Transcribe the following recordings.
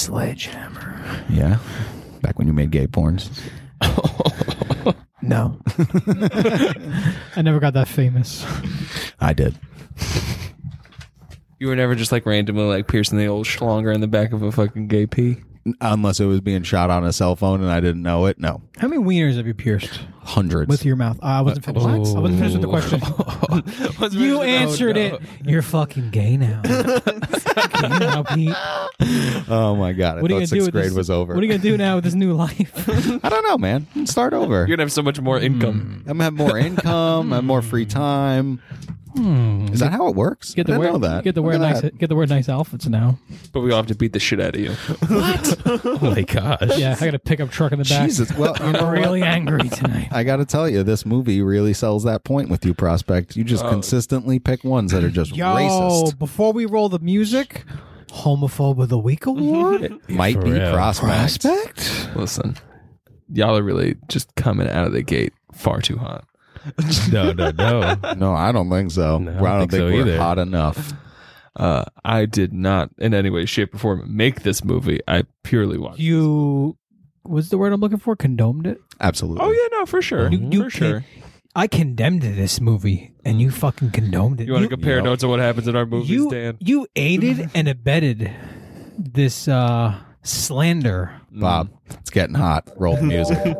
Sledgehammer. Yeah. Back when you made gay porns. No. I never got that famous. I did. You were never just like randomly like piercing the old schlonger in the back of a fucking gay pee. Unless it was being shot on a cell phone and I didn't know it. No. How many wieners have you pierced Hundreds. with your mouth? Uh, I wasn't finished. I wasn't finished with the question. you answered Oh, it. You're fucking gay now. Gay now, Pete. oh my God. I What are you gonna do? thought sixth With grade this, was over. What are you gonna do now with this new life? I don't know, man. Start over. You're gonna have so much more income. I'm gonna have more income. I have more free time. Is that how it works? Get I the didn't wear, know that. Get the wear Look at nice. that. Get the wear nice outfits now. But we all have to beat the shit out of you. Oh my gosh. Yeah, I got a pickup truck in the back. Jesus. Well, you know I'm what? really angry tonight. I got to tell you, this movie really sells that point with you, prospect. You Oh. just consistently pick ones that are just Yo, racist. before we roll the music, homophobe of the week award. Might For be real. prospect. Prospect. Listen, y'all are really just coming out of the gate far too hot. No, no, no. No, I don't think so. No, I I don't don't, think think, so we're either. hot enough. Uh, I did not in any way, shape, or form make this movie. I purely watched. You was the word I'm looking for? Condoned it. Absolutely. oh yeah, no, for sure, You- you for sure. I condemned this movie, and you fucking condoned it. You want to compare notes on what happens in our movies, you, Dan? you aided and abetted this uh, slander. Bob, it's getting hot. Roll the music.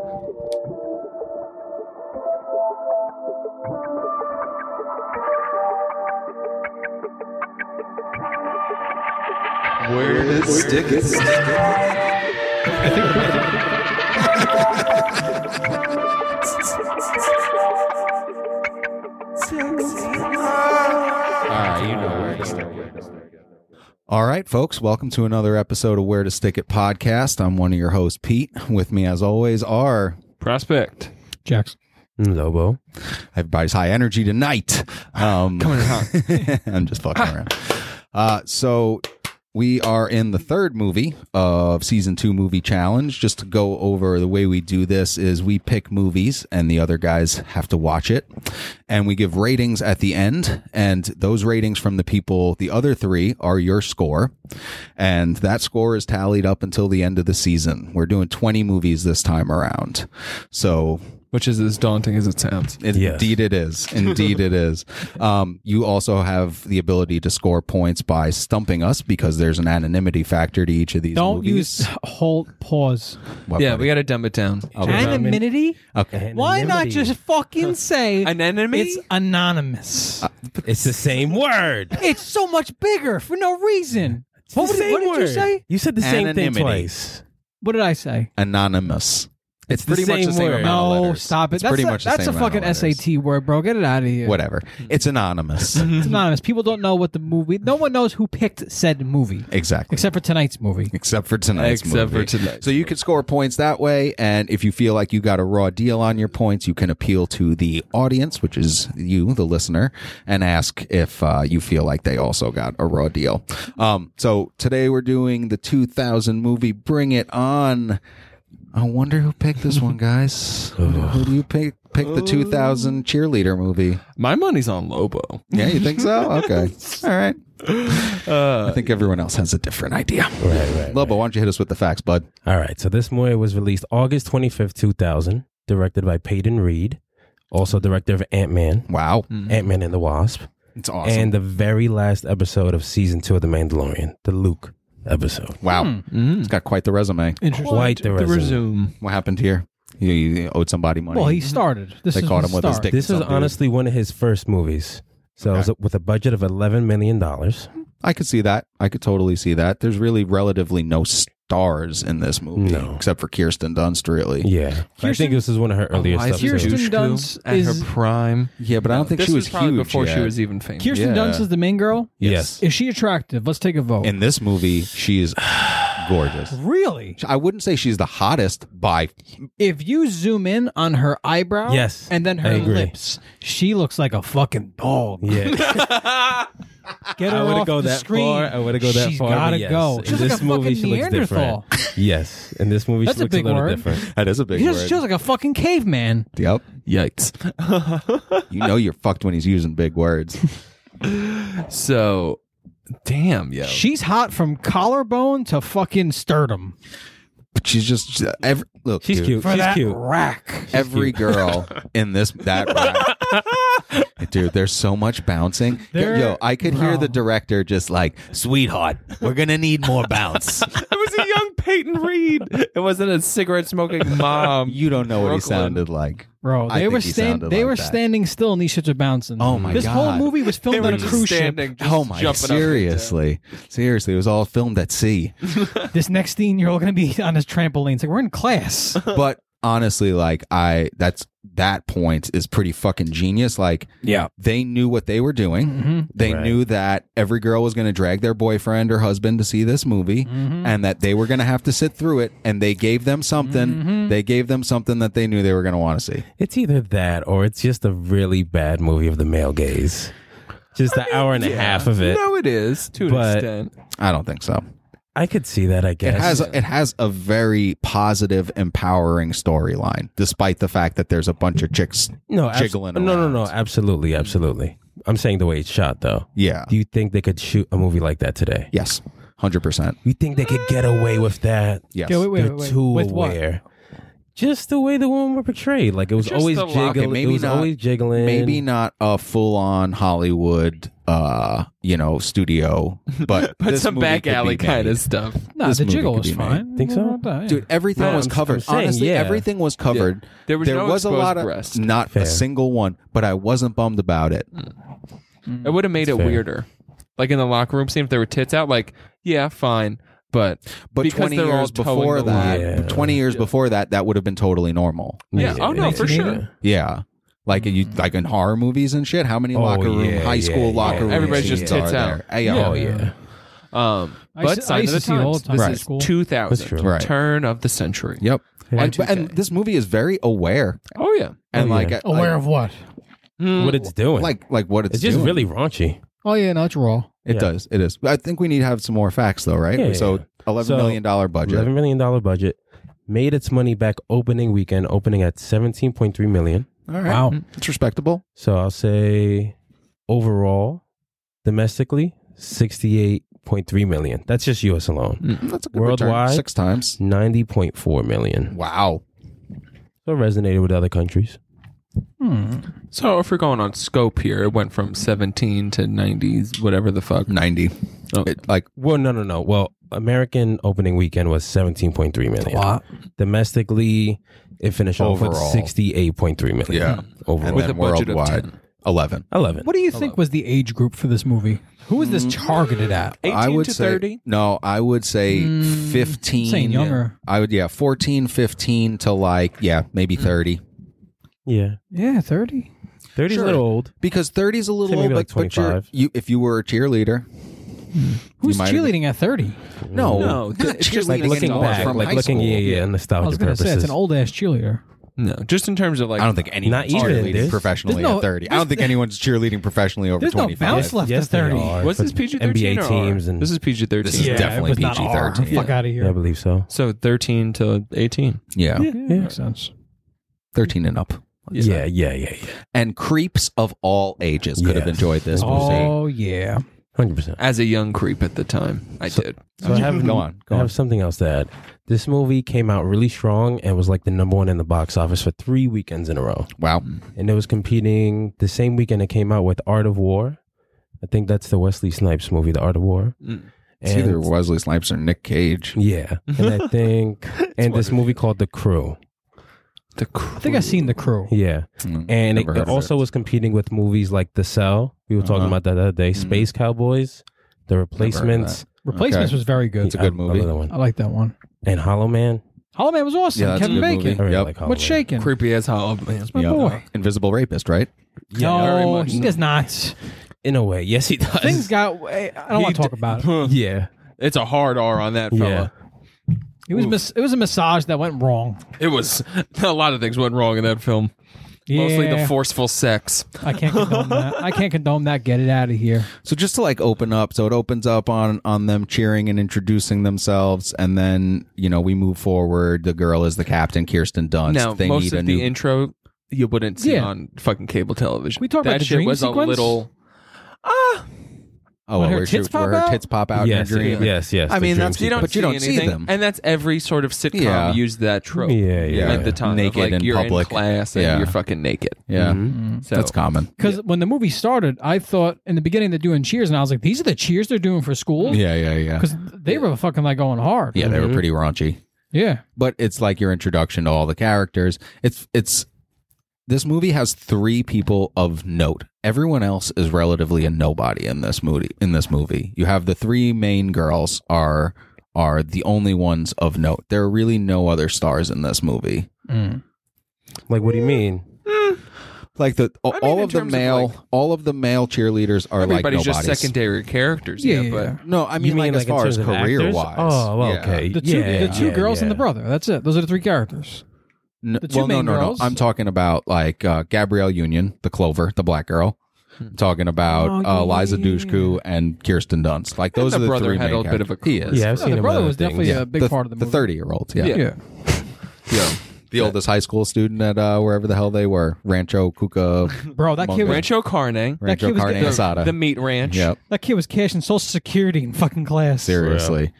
All right, folks, welcome to another episode of Where to Stick It podcast. I'm one of your hosts, Pete. With me, as always, are Prospect. Jax. Lobo. everybody's high energy tonight. Um, Coming hot. I'm just fucking around. Uh, so we are in the third movie of season two movie challenge. Just to go over the way we do this is we pick movies and the other guys have to watch it, and we give ratings at the end. And those ratings from the people, the other three, are your score, and that score is tallied up until the end of the season. We're doing 20 movies this time around, so Which is as daunting as it sounds. it- Yes. Indeed, it is. Indeed, it is. Um, you also have the ability to score points by stumping us because there's an anonymity factor to each of these. Don't movies. use hold pause. What- Yeah, we got to dumb it down. Anonymity? Okay. Why not just fucking say Anonymity? It's anonymous. It's the same word. it's so much bigger for no reason. What, It's would- what the same did you word. say? You said the same Anonymity. thing twice. What did I say? Anonymous. It's, the pretty much the same same word. amount of No, letters. stop it. It's that's pretty a, much the that's same a amount of fucking letters. SAT word, bro. Get it out of here. Whatever. It's anonymous. It's anonymous. People don't know what the movie. No one knows who picked said movie exactly. except for tonight's movie. Except for tonight's Except for movie. tonight's So you can score points that way, and if you feel like you got a raw deal on your points, you can appeal to the audience, which is you, the listener, and ask if uh, you feel like they also got a raw deal. Um, so today we're doing the 2000 movie Bring It On. I wonder who picked this one, guys. who do you pick? Pick Oh. the 2000 cheerleader movie. My money's on Lobo. Yeah, you think so? Okay, all right. I think everyone else has a different idea. Right, right. Lobo, why don't you hit us with the facts, bud? All right. So this movie was released August 25th, 2000, directed by Peyton Reed, also director of Ant Man, Wow. Ant Man and the Wasp, It's Mm-hmm. awesome. and the very last episode of season two of The Mandalorian, the Luke episode. wow. It's got quite the resume. Interesting. Quite the resume. resume. What happened here? He, he owed somebody money. Well, he started. This they is caught him with his start. dick. This Some is dude. honestly one of his first movies. So it was with a budget of $11 million. I could see that. I could totally see that. There's really relatively no stars in this movie, No. except for Kirsten Dunst, really. Yeah. I think Kirsten- this is one of Oh, her earlier Why stuff. is Kirsten too. Dushku Dunst at is- her prime. Yeah, but I don't think this she was, probably huge before she yet. was even famous. Kirsten Yeah. Dunst is the main girl. Yes. Is she attractive? Let's take a vote. in this movie. She is gorgeous. really? I wouldn't say she's the hottest by. If you zoom in on her eyebrow, Yes, and then I her agree. lips, she looks like a fucking dog. Yeah. Get her I wouldn't off go the that screen. far. I wouldn't go that She's far. but gotta yes. go. In She's this like a movie, fucking she looks Neanderthal. different. yes. In this movie, That's a she looks a, big little word. different. That is a big She just, word. she looks like a fucking caveman. yep. Yikes. You know you're fucked when he's using big words. So Damn, yo. She's hot from collarbone to fucking sternum. But she's just she- every look. She's dude, cute. For She's that cute. rack. Every girl in this that rack- dude, there's so much bouncing. Yo- There- Yo, I could hear Bro. the director just like, "Sweetheart, we're gonna need more bounce." It was a young Peyton Reed. It wasn't a cigarette smoking mom. you don't know what he Brooklyn. sounded like. Bro, I they think were he stand, sounded they like were that. standing still and these shits are bouncing. Oh my this God. whole movie was They filmed were on a just cruise standing, just oh my! jumping up and Seriously, seriously, it was all filmed at sea. ship. This next scene, you're all gonna be on this trampoline. It's like we're in class. but honestly, like I, that's that point is pretty fucking genius. Like Yeah. they knew what they were doing. Mm-hmm. Mhm. They Right. knew that every girl was going to drag their boyfriend or husband to see this movie Mm-hmm. and that they were going to have to sit through it. And they gave them something. Mm-hmm. They gave them something that they knew they were going to want to see. It's either that or it's just a really bad movie of the male gaze. Just the hour and a half of it. No, it is to an But- extent. I don't think so. I could see that, I It guess. has it has a very positive, empowering storyline, despite the fact that there's a bunch of chicks. no, abs- jiggling no, no, no, around. absolutely, absolutely. I'm saying the way it's shot though. Yeah. Do you think they could shoot a movie like that today? Yes. Hundred percent. You think they could get away with that? Yes. Okay, wait, wait, They're wait, wait. too With what? aware. Just the way the women were portrayed. Like it was Just always the lock- jiggling. Okay, it maybe was not- always jiggling. maybe not a full on Hollywood, uh, you know, studio, but But this some movie back could be alley kind made. of stuff. Nah, This the movie jiggle could was be made. fine. Think so? Yeah. Dude, everything No, was I'm- covered. I'm saying, Honestly, yeah. everything was covered. There was there no was a exposed lot of breast. not Fair. Mm. a single one, but I wasn't bummed about it. It would have made it fair. weirder. Like in the locker room scene, if there were tits out, like, yeah, fine. But, But because twenty they're all years towing before the that, line. Yeah. twenty years before that, that would have been totally normal. Yeah, oh, no, for sure. Yeah. Like you, like in horror movies and shit. How many Mm. Oh, locker room, yeah, high yeah, school yeah. locker room? Everybody's scenes just tits are out. there? Hey, Oh oh, yeah. um, I used but to- I sign of used the to see it all times. the time This in is school. That's 2000, true. Right. turn of the century. Yep. And, Y2K. and this movie is very aware Oh, yeah. and Oh, like yeah. uh, Aware of what? Mm. What it's doing. like like what it's, it's just doing. really raunchy. Oh yeah, no, it's raw. It Yeah. does. It is. I think we need to have some more facts, though, right? Yeah, yeah, so yeah. eleven So, million dollar budget. Eleven million dollar budget. Made its money back opening weekend, opening at seventeen point three million. All right, Mm. Wow. it's respectable. So I'll say overall, domestically, sixty eight point three million. That's just US alone. That's a good return. Worldwide? six times. Ninety point four million. Wow. So it resonated with other countries. So if we're going on scope here, it went from 17 to 90s, whatever the Mm. fuck. Ninety. Oh. It, like Well, no, no, no. Well, American opening weekend was seventeen point three million. Domestically, it finished off with Overall. sixty eight point three million. Yeah. overall, and With then a budget of worldwide 10. eleven. eleven. What do you think was the age group for this movie? Who is this targeted at? 18 I would to say 30. no. I would say fifteen. Saying younger. I would yeah, 14, 15 to like yeah, maybe thirty. yeah, Yeah, thirty. thirty's Sure. a little old. Because thirty's a little Say maybe old, like but, but you're, 25. you if you were a cheerleader, Who's might have been- cheerleading at thirty? no, No, not it's just like cheerleading Looking anymore, back, from like high looking, school. yeah, yeah, I was nostalgic gonna purposes. say it's an old ass cheerleader. No, just in terms of like. I don't think anyone Not even, cheerleading dude. professionally There's no- at 30. I don't think anyone's cheerleading professionally over There's no 25. bounce left at they thirty. are Was for this PG 13? NBA teams and This is PG 13. This is Yeah, definitely it was not R. PG-13. Fuck out of here. yeah, I believe so. So 13 to 18. yeah. Yeah, makes sense. 13 and up. Yeah, yeah, yeah, yeah. And creeps of all ages could have Yes. enjoyed this movie. Oh yeah. Hundred percent. As a young creep at the time, I did. So I have Go on. Go I on. have something else to add. This movie came out really strong and was like the number one in the box office for three weekends in a row. Wow. And it was competing the same weekend it came out with Art of War. I think that's the Wesley Snipes movie, The Art of War. Mm. It's And- either Wesley Snipes or Nick Cage. yeah, and I think and this movie called The Crew. The crew. I think I've seen the crew. Yeah, Mm, and it, never heard it of also was competing with movies like The Cell. We were talking Uh-huh. about that the other day. Space Cowboys, The Replacements. Replacements Okay. was very good. It's a good I- I love movie. Oh. that one. I like that one. And Hollow Man. Hollow Man was awesome. Yeah, that's a Kevin good Bacon. movie. I really Yep. like Hollow What's Man. shaking? Creepy as hell. Oh, man. My Yeah. boy. Invisible Rapist, right? very No, much he so. does not. In a way, yes, he does. Things got. I don't He want to talk d- about it. yeah, It's a hard R on that yeah. fella. It was mis- it was a massage that went wrong. It was a lot of things went wrong in that film. Mostly the Yeah. forceful sex. I can't condone that. I can't condone that. Get it out of here. So just to like open up, so it opens up on on them cheering and introducing themselves, and then you know we move forward. The girl is the captain, Kirsten Dunst. Now, they most need a of the new intro you wouldn't see Yeah. on fucking cable television. We talked that about the shit dream was sequence? a little. Oh, When her where tits she- where pop out? tits pop out yes, in your dream. yes, yes. I the mean, dream that's- sequence. you don't But you see don't see anything, them. and that's every sort of sitcom Yeah. used that trope. Yeah, yeah. at the time, of, Naked like in you're public. in class and Yeah. you're fucking naked. Yeah. So That's common. Because when the movie started, I thought in the beginning they're doing cheers, and I was like, these are the cheers they're doing for school. Yeah, yeah, yeah. Because they were fucking like going hard. Yeah, they were Mhm. pretty raunchy. Yeah. but it's like your introduction to all the characters. It's it's this movie has three people of note. Everyone else is relatively a nobody in this movie. In this movie, you have the three main girls are are the only ones of note. There are really no other stars in this movie. like, what do you mean? Like the mean, all in of the terms of, male like- all of the male cheerleaders are like everybody's nobodies. just secondary characters. Yeah, Yeah, yeah, but yeah. No, I mean, you mean like, as far in as terms of career actors? wise. Oh, well, okay. The two, yeah, the two yeah, girls and the yeah. brother. That's it. Those are the three characters. N- The two well, main no, no, girls? no. I'm talking about like uh, Gabrielle Union, the Clover, the black girl. Hmm. I'm talking about Oh, uh, yeah, Liza yeah, yeah, Dushku and Kirsten Dunst. Like those the are the brother three had main a bit of a characters. He career. is. Yeah, I've No, seen the him brother in was other definitely things. a big the, part of the movie. thirty-year-olds. Yeah. Yeah. Yeah. Yeah. the oldest high school student at uh, wherever the hell they were, Rancho Cuca, Bro, that kid, was, Rancho Carne, Rancho kid was Carne getting- Asada. the meat ranch. yep, that kid was cashing social security in fucking class. seriously,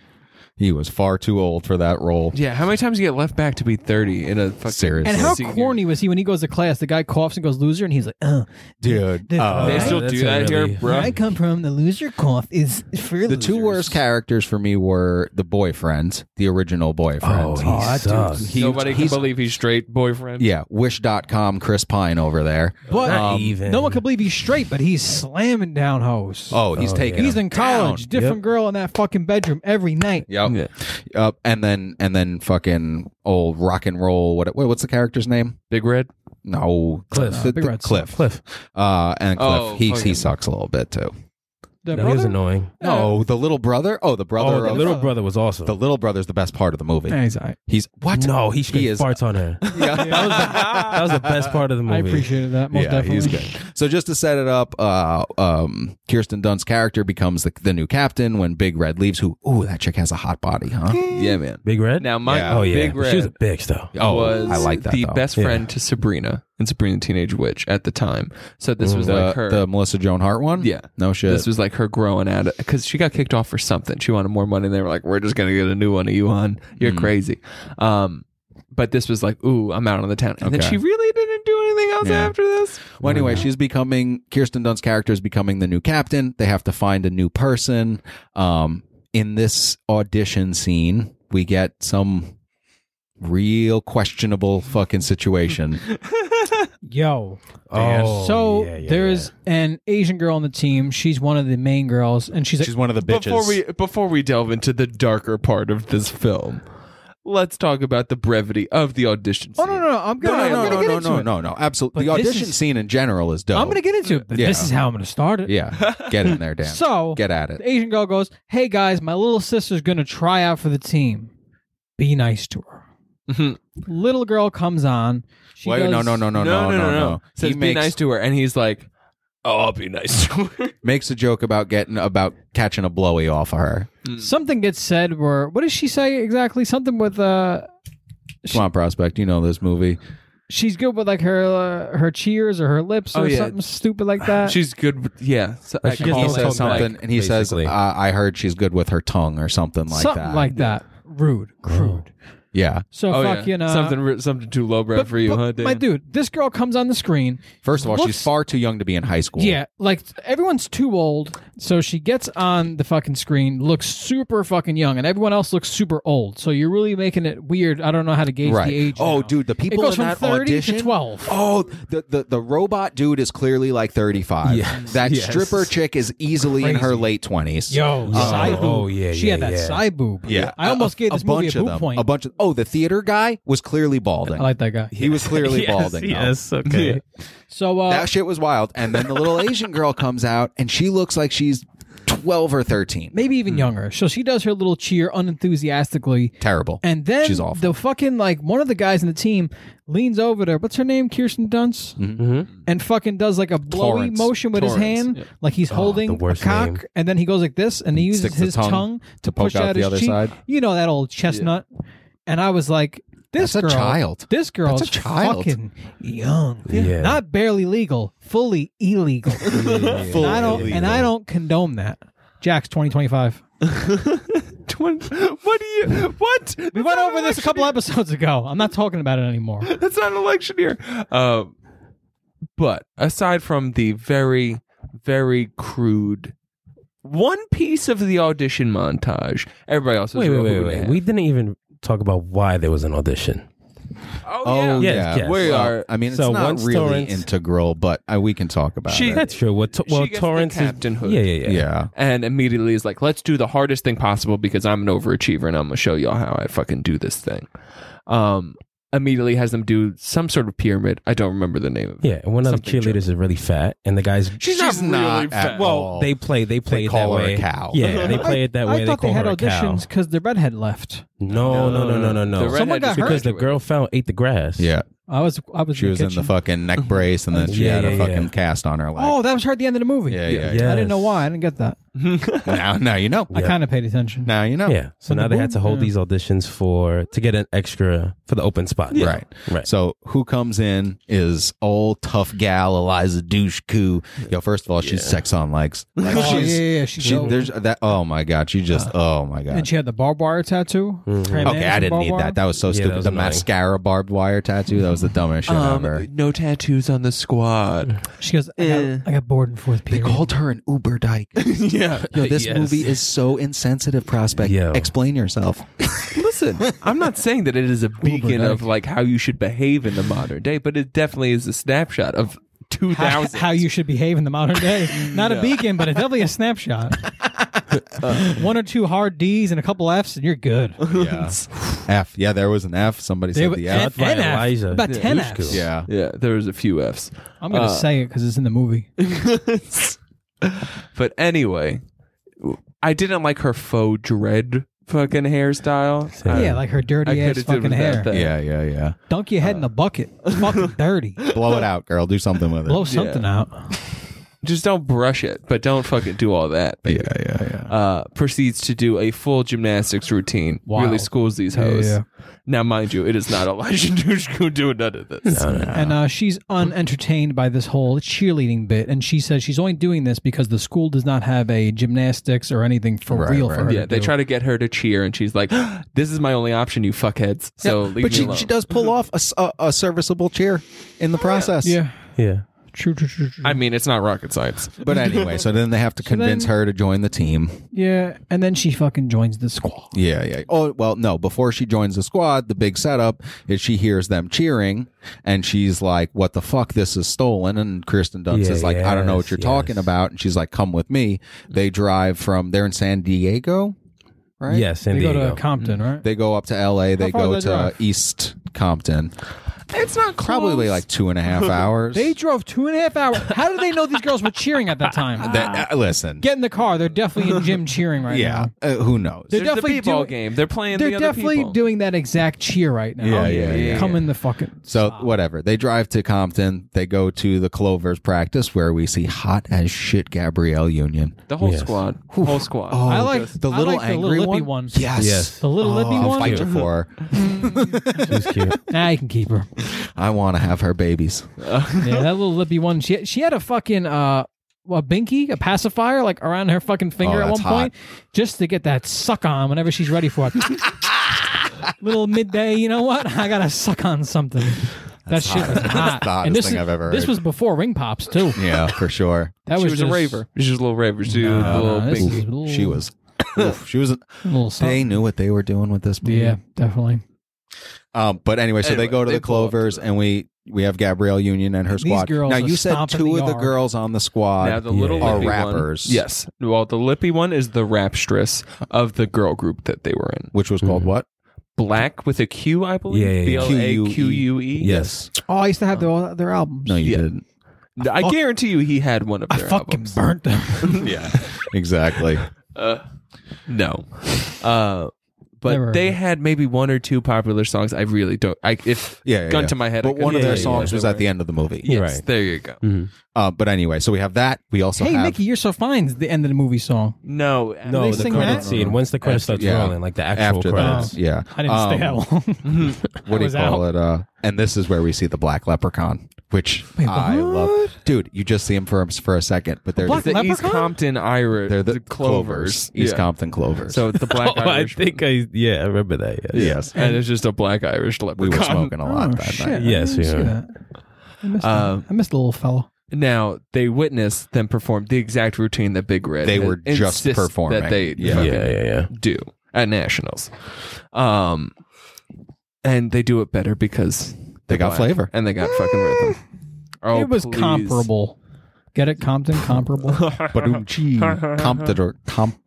he was far too old for that role. Yeah, how many times do you get left back to be 30 in a fucking Seriously. And how senior? corny was he when he goes to class? The guy coughs and goes loser, and he's like, "Oh, dude. uh, They Oh, still that's do a that here, really- bro. come from, the loser cough is for the two worst characters for me were the boyfriends, the original boyfriends. Oh, he sucks. He- Nobody can he's- believe he's straight boyfriend. Yeah, wish.com Chris Pine over there. But Not Um, even. no one can believe he's straight, but he's slamming down hoes. Oh, he's Oh, taking yeah. he's him in college, down. different Yep. girl in that fucking bedroom every night. Yep. Yep. And then and then fucking old rock and roll what wait, what's the character's name? Big Red. No, Cliff. Th- Uh, Big th- Red Cliff. Cliff. Uh and Cliff. Oh, he he fucking- sucks a little bit too. The No, he was brother? annoying. No, the little brother? Oh, the brother oh, the of little brother was awesome. the little brother's the best part of the movie. Yeah, he's all right. He's what? no, he, straight he is farts on her. that, was the, that was the best part of the movie. I appreciated that most yeah, definitely. he's good. So just to set it up, uh, um, Kirsten Dunst's character becomes the, the new captain when Big Red leaves. Who? Ooh, that chick has a hot body, huh? Yeah, man. Big Red. Now, my Yeah. oh yeah, Big But she was a Red bitch though. Oh, was I like that. the though. best Yeah. friend to Sabrina and Sabrina the Teenage Witch at the time. So this was the, like her. the Melissa Joan Hart one. Yeah. no shit. this was like her growing out of because she got kicked off for something. She wanted more money. And they were like, "We're just gonna get a new one of you on. You're crazy." Um, but this was like, "Ooh, I'm out on the town." And Okay. then she really didn't do anything else Yeah. after this. Well, anyway, she's becoming Kirsten Dunst's character is becoming the new captain. They have to find a new person. Um, in this audition scene, we get some real questionable fucking situation. Yo. Oh, so yeah, yeah, there's an Asian girl on the team. She's one of the main girls, and she's like, she's one of the bitches. Before we before we delve into the darker part of this film, let's talk about the brevity of the audition. "Oh no, no, no! I'm no, gonna, no, I'm no, gonna no, get no, into no, it. no, no, absolutely. The But this audition is- scene in general is dope. I'm gonna get into it. But Yeah. This is how I'm gonna start it. yeah, get in there, Dan. So get at it. the Asian girl goes, "Hey guys, my little sister's gonna try out for the team. Be nice to her." Mhm. Little girl comes on. She Mm-hmm. Wait, goes, no, no, no, no, no, no, no. Says he be makes, nice to her, and he's like, "Oh, I'll be nice to her." makes a joke about getting about catching a blowy off of her. Something gets said where what does she say exactly? Something with uh, Come on, prospect. You know this movie. she's good with like her uh, her cheers or her lips or Oh, yeah. something stupid like that. She's good. with- Yeah, so, But she like, just he don't says come back, something, and he basically. says, I-, "I heard she's good with her tongue, or something like something that." like that. Rude, crude. yeah. So Oh, yeah. fucking uh, something re- something too lowbrow but- for you, but huh? my Dan? dude, this girl comes on the screen. First of all, she's Looks- far too young to be in high school. Yeah, like everyone's too old, so she gets on the fucking screen, looks super fucking young, and everyone else looks super old. So you're really making it weird. I don't know how to gauge Right. the age. oh, now. dude, the it people goes in from that 30 audition. to 12. Oh, the, the the robot dude is clearly like thirty five. Yes. That Yes. stripper chick is easily in her Crazy. late twenties. Yo, side boob. oh, yeah, she had yeah, that yeah. side boob. Yeah, I almost gave this movie bunch a of boot them. point. A bunch of oh, the theater guy was clearly balding. I like that guy. he was clearly balding. though. okay. So uh, That shit was wild. And then the little Asian girl comes out, and she looks like she's twelve or thirteen. maybe even younger. So she does her little cheer unenthusiastically. Terrible. And then She's awful. the fucking like one of the guys in the team leans over to her. What's her name? Kirsten Dunst. Mhm. And fucking does like a blowy Torrance. motion with his Torrance, hand, yeah. like Ah, he's holding the a worst cock. name. And then he goes like this, and he uses Sticks the his tongue tongue, to poke push out out, the his other cheek. side. You know that old chestnut. And I was like, this That's a girl, child. This girl's That's a child. fucking young. Yeah. Not barely legal, fully illegal. Yeah. and I don't, and I don't condone that. Jack's 2025. Twen- what do you? What? We went over this a couple episodes ago. I'm not talking about it anymore. That's not an election year. Um, but aside from the very, very crude one piece of the audition montage, everybody else. Is Wait, wait, real wait, hooting wait. hand. We didn't even talk about why there was an audition. oh, Oh yeah. Yes, yeah, yes. we Well, are. I mean, it's so not once really Torrance- integral, but uh, we can talk about She- it. That's true. Well, to, well gets the Torrance is captainhood. Yeah, yeah, yeah. yeah, And immediately is like, let's do the hardest thing possible because I'm an overachiever and I'm gonna show y'all how I fucking do this thing. Um, immediately has them do some sort of pyramid. I don't remember the name of it. Yeah, and one of the Something cheerleaders is really fat, and the guys She's, She's not, really not at all. fat. Well, well they play they play it Oh. call that her a way. cow. Yeah, they play it that I way. thought they they call had her a cow. auditions because their redhead left. No, no, no, no, The no, no. redhead Someone got just hurt. because the graduated. girl fell ate the grass. yeah. I was I was She was in the kitchen. fucking neck brace, and then she Yeah, had a yeah, fucking yeah. cast on her leg. Oh, that was her at the end of the movie. yeah, yeah. yeah. Yeah. I didn't know Yes. why. I didn't get that. now, now you know. I kind of paid attention. Now you know. Yeah. So From the now they had boom? to hold Yeah. these auditions for to get an extra for the open spot. Right. Right. So who comes in is old tough gal Eliza Dushku. Yo, first of all, she's sex on legs. Like, Oh, she's- yeah, yeah, yeah. She's She, old. there's that. Oh my god, she just. oh my and god. she had the barbed wire tattoo. Her Mm-hmm. Okay, man I was didn't barbed need wire. that. That was so Yeah, that stupid. was the annoying. mascara barbed wire tattoo. That was the dumbest shit ever. um, no tattoos on the squad. She goes, I got, I got bored in fourth They period. called her an Uber dyke. yeah. Yo, this Yes. movie is so insensitive. Prospect, Yo. explain yourself. Listen, I'm not saying that it is a beacon of like how you should behave in the modern day, but it definitely is a snapshot of how, 2000. how you should behave in the modern day. Not a beacon, but it's definitely a snapshot. Uh, One or two hard D's and a couple F's, and you're good. Yeah. F. Yeah, there was an F. Somebody They said were- the F. F- Ten F's. Eliza. About ten Dushku. F's. Yeah. yeah, there was a few F's. I'm gonna Uh, say it because it's in the movie. but anyway, I didn't like her faux dread fucking hairstyle. I- yeah, like her I dirty coulda ass did fucking without hair. that. Yeah, yeah, yeah. Dunk your head in a bucket. It's fucking dirty. Blow it out, girl. Do something with it. Blow something out. Just don't brush it, but don't fucking do all that. yeah, yeah, yeah. Uh, proceeds to do a full gymnastics routine. Wow. Really schools these hoes. yeah. Now, mind you, it is not Elijah Dushku doing none of this. And Uh-huh. uh, she's unentertained by this whole cheerleading bit, and she says she's only doing this because the school does not have a gymnastics or anything for Right, real right. for her. Yeah, to they do. try to get her to cheer, and she's like, "This is my only option, you fuckheads." So leave but me she, alone. she does pull off a, s- a- a serviceable cheer in the process. Yeah, Yeah. true, true, true, true. I mean, it's not rocket science. But anyway, so then they have to convince her to join the team. yeah, and then she fucking joins the squad. Yeah, yeah. Oh, well, no. Before she joins the squad, the big setup is she hears them cheering and she's like, what the fuck? This is stolen. And Kristen Dunst Yeah, is like, I don't know what yes, you're yes. talking about. And she's like, come with me. They drive from, they're in San Diego, right? Yeah, San They go to Diego. Compton, right? They go up to LA. They far go they to drive? East Compton. It's not Probably like two and a half hours. They drove two and a half hours. How did they know these girls were cheering at that time? That- uh, listen. Get in the car. They're definitely in gym cheering right yeah. now. Uh, who knows? They're There's definitely the b-ball doing- game. They're playing. They're the other definitely people. doing that exact cheer right now. Yeah, yeah, yeah, Come yeah. in the fucking. So whatever. They drive to Compton. They go to the Clovers practice where we see hot as shit Gabrielle Union. the whole Yes. squad. Whole squad. I like the I little like the angry little lippy one. one. Yes. Yes. The little lippy I'll one. Oh, fight you for her. She's cute. Nah, you can keep her. I want to have her babies. Yeah, that little lippy one. She she had a fucking uh a binky, a pacifier, like around her fucking finger Oh, at one that's point, just to get that suck on whenever she's ready for it. little midday, you know what? I gotta suck on something. that shit hot. was That's hot. the hottest and this thing is- I've ever This heard. was before ring pops too. Yeah, for sure. That she was, was, a just- raver. She's just a little raver. She was a little no, this binky. is a little- She was. oof, she was. little They something. knew what they were doing with this movie. Yeah, definitely. Um, but anyway, so Anyway, they go to they the pull up to Clovers, and we we have Gabrielle Union and her These squad. girls now are you said stomping two the of the yard. girls on the squad. Now the little are lippy rappers. One, yes. Well, the lippy one is the rapstress of the girl group that they were in. which was Mm-hmm. called what? Black with a Q, I believe. Yeah, yeah, yeah. B L A Q U E. yes. Oh, I used to have their their albums. No, you Yeah. didn't. I guarantee you, he had one of I their fucking albums. burnt them. yeah, exactly. No. Uh, but Never heard they of it. had maybe one or two popular songs. I really don't. I if Yeah, yeah, gun yeah. to my head. I But one couldn't of their tell you songs what was they at the were. end of the movie. Yeah. Yes, Right. there you go. Uh, but anyway, so we have that. We also hey, have Mickey, you're so fine. is The end of the movie song. No, No, they the sing credit that? scene. Once the credit starts yeah. rolling, like the actual after credits. that. Yeah, I didn't stay Um, that long. What do you was call it? Uh, and this is where we see the black leprechaun. which Wait, I what? love. Dude, you just see them for, for a second, but they're Black the, the East leprechaun? Compton Irish. they're the, Clovers. East Yeah. Compton Clovers. So it's the black Oh, I Irish. think I yeah, I remember that. Yes. yes, and it's just a black Irish we leprechaun. were smoking a lot oh, that shit. night. Yes, I didn't see yeah. that. I missed, Um, that. I missed the little fellow. Now they witnessed them perform the exact routine that Big Red. They had- were just insists performing. that they Yeah. Yeah, fucking yeah, yeah. do at nationals, um, and they do it better because They they're got black flavor. and they got fucking rhythm. Oh, it was please. comparable. Get it, Compton? Comparable. Badum chee, Compton, Compton.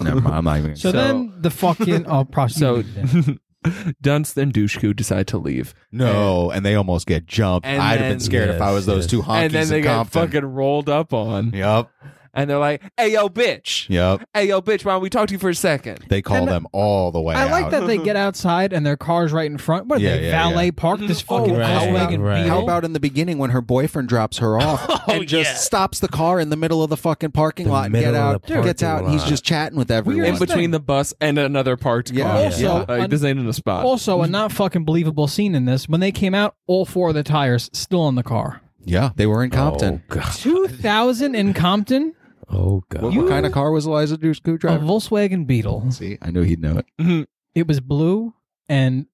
Never mind, I'm not even. So, then the fucking oh, So prostitute. Dunst and Dushku decide to leave, No, and they almost get jumped. And I'd have then- been scared if I was those yes, two honkies and then they in got Compton. fucking rolled up on, yep, and they're like, "Hey yo, bitch! yep. Hey yo, bitch! Why don't we talk to you for a second? They call And them all the way I out. like that they get outside and their car's right in front. What are Yeah, they yeah, valet parked this fucking right, Volkswagen right. Beetle? How about in the beginning when her boyfriend drops her off and just stops the car in the middle of the fucking parking The lot and get middle of out, the gets parking out, and he's lot. just chatting with everyone. In between the bus and another parked Yeah. car. Also, Like, un- this ain't in a spot. also a not fucking believable scene in this? When they came out, all four of the tires still in the car. yeah, they were in Compton. Oh god. Two thousand in Compton, Oh god. what, what kind of car was Eliza Dushku a driving? Volkswagen Beetle. See, I knew he'd know it. It was blue, and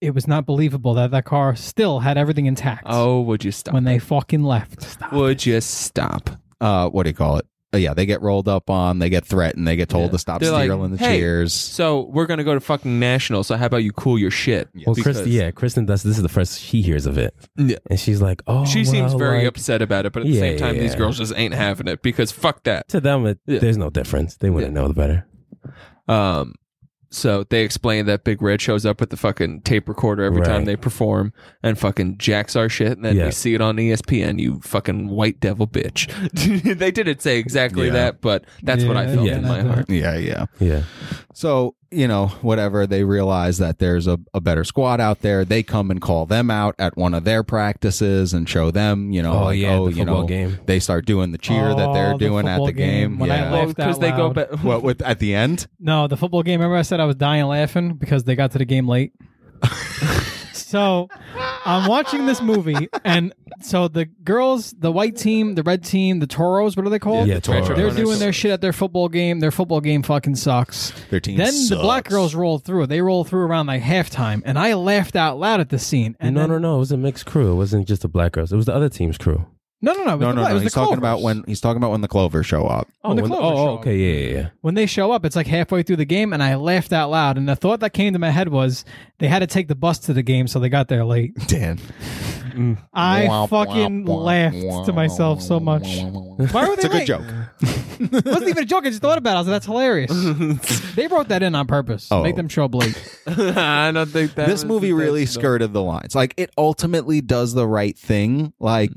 it was not believable that that car still had everything intact oh, would you stop? when they fucking left. would you stop? Uh, what do you call it? Uh, yeah, they get rolled up on, they get threatened, they get told to stop They're like, stealing the "Hey." cheers. So we're gonna go to fucking national. So how about you cool your shit? Well, Because- Kristen, yeah, Kristen does. This is the first she hears of it, Yeah. and she's like, "Oh, She seems well, very like, upset about it, but at the Yeah, same time, yeah, these yeah. girls just ain't having it because fuck that. To them, it, Yeah. there's no difference. They wouldn't know the better. Um, so they explain that Big Red shows up with the fucking tape recorder every time Right. they perform and fucking jacks our shit, and then Yeah. we see it on E ESPN. You fucking white devil bitch. they didn't say exactly Yeah. that, but that's what I Yeah, felt yeah, in my that- heart. Yeah, yeah. Yeah, So, you know, whatever, they realize that there's a, a better squad out there. They come and call them out at one of their practices and show them, you know, Oh, like, yeah, oh, the you know, football game. they start doing the cheer that they're Oh, the doing at football the game. game. When I yeah. laughed because out they go loud. back. what with at the end? No, the football game. Remember, I said I was dying laughing because they got to the game late. so I'm watching this movie, and so the girls, the white team, the red team, the Toros, what are they called? Yeah, Toros. They're Toros. doing their shit at their football game. Their football game fucking sucks. Their team Then the sucks. black girls roll through. They roll through around like halftime, and I laughed out loud at the scene. And no, then- no, no. It was a mixed crew. It wasn't just the black girls. It was the other team's crew. no, no, no, it was the No, black- no, it no. was He's the Clovers. talking about when he's talking about when the Clover show up. Oh, the when- Clovers oh, show up. okay, yeah, yeah, yeah. when they show up, it's like halfway through the game, and I laughed out loud. And the thought that came to my head was they had to take the bus to the game, so they got there late. Dan. I fucking laughed to myself so much. Why were they It's a good late? joke. It wasn't even a joke. I just thought about it. I was like, that's hilarious. they wrote that in on purpose. Oh. Make them show up late. I don't think that this was- movie really that's- skirted the lines. Like it ultimately does the right thing, like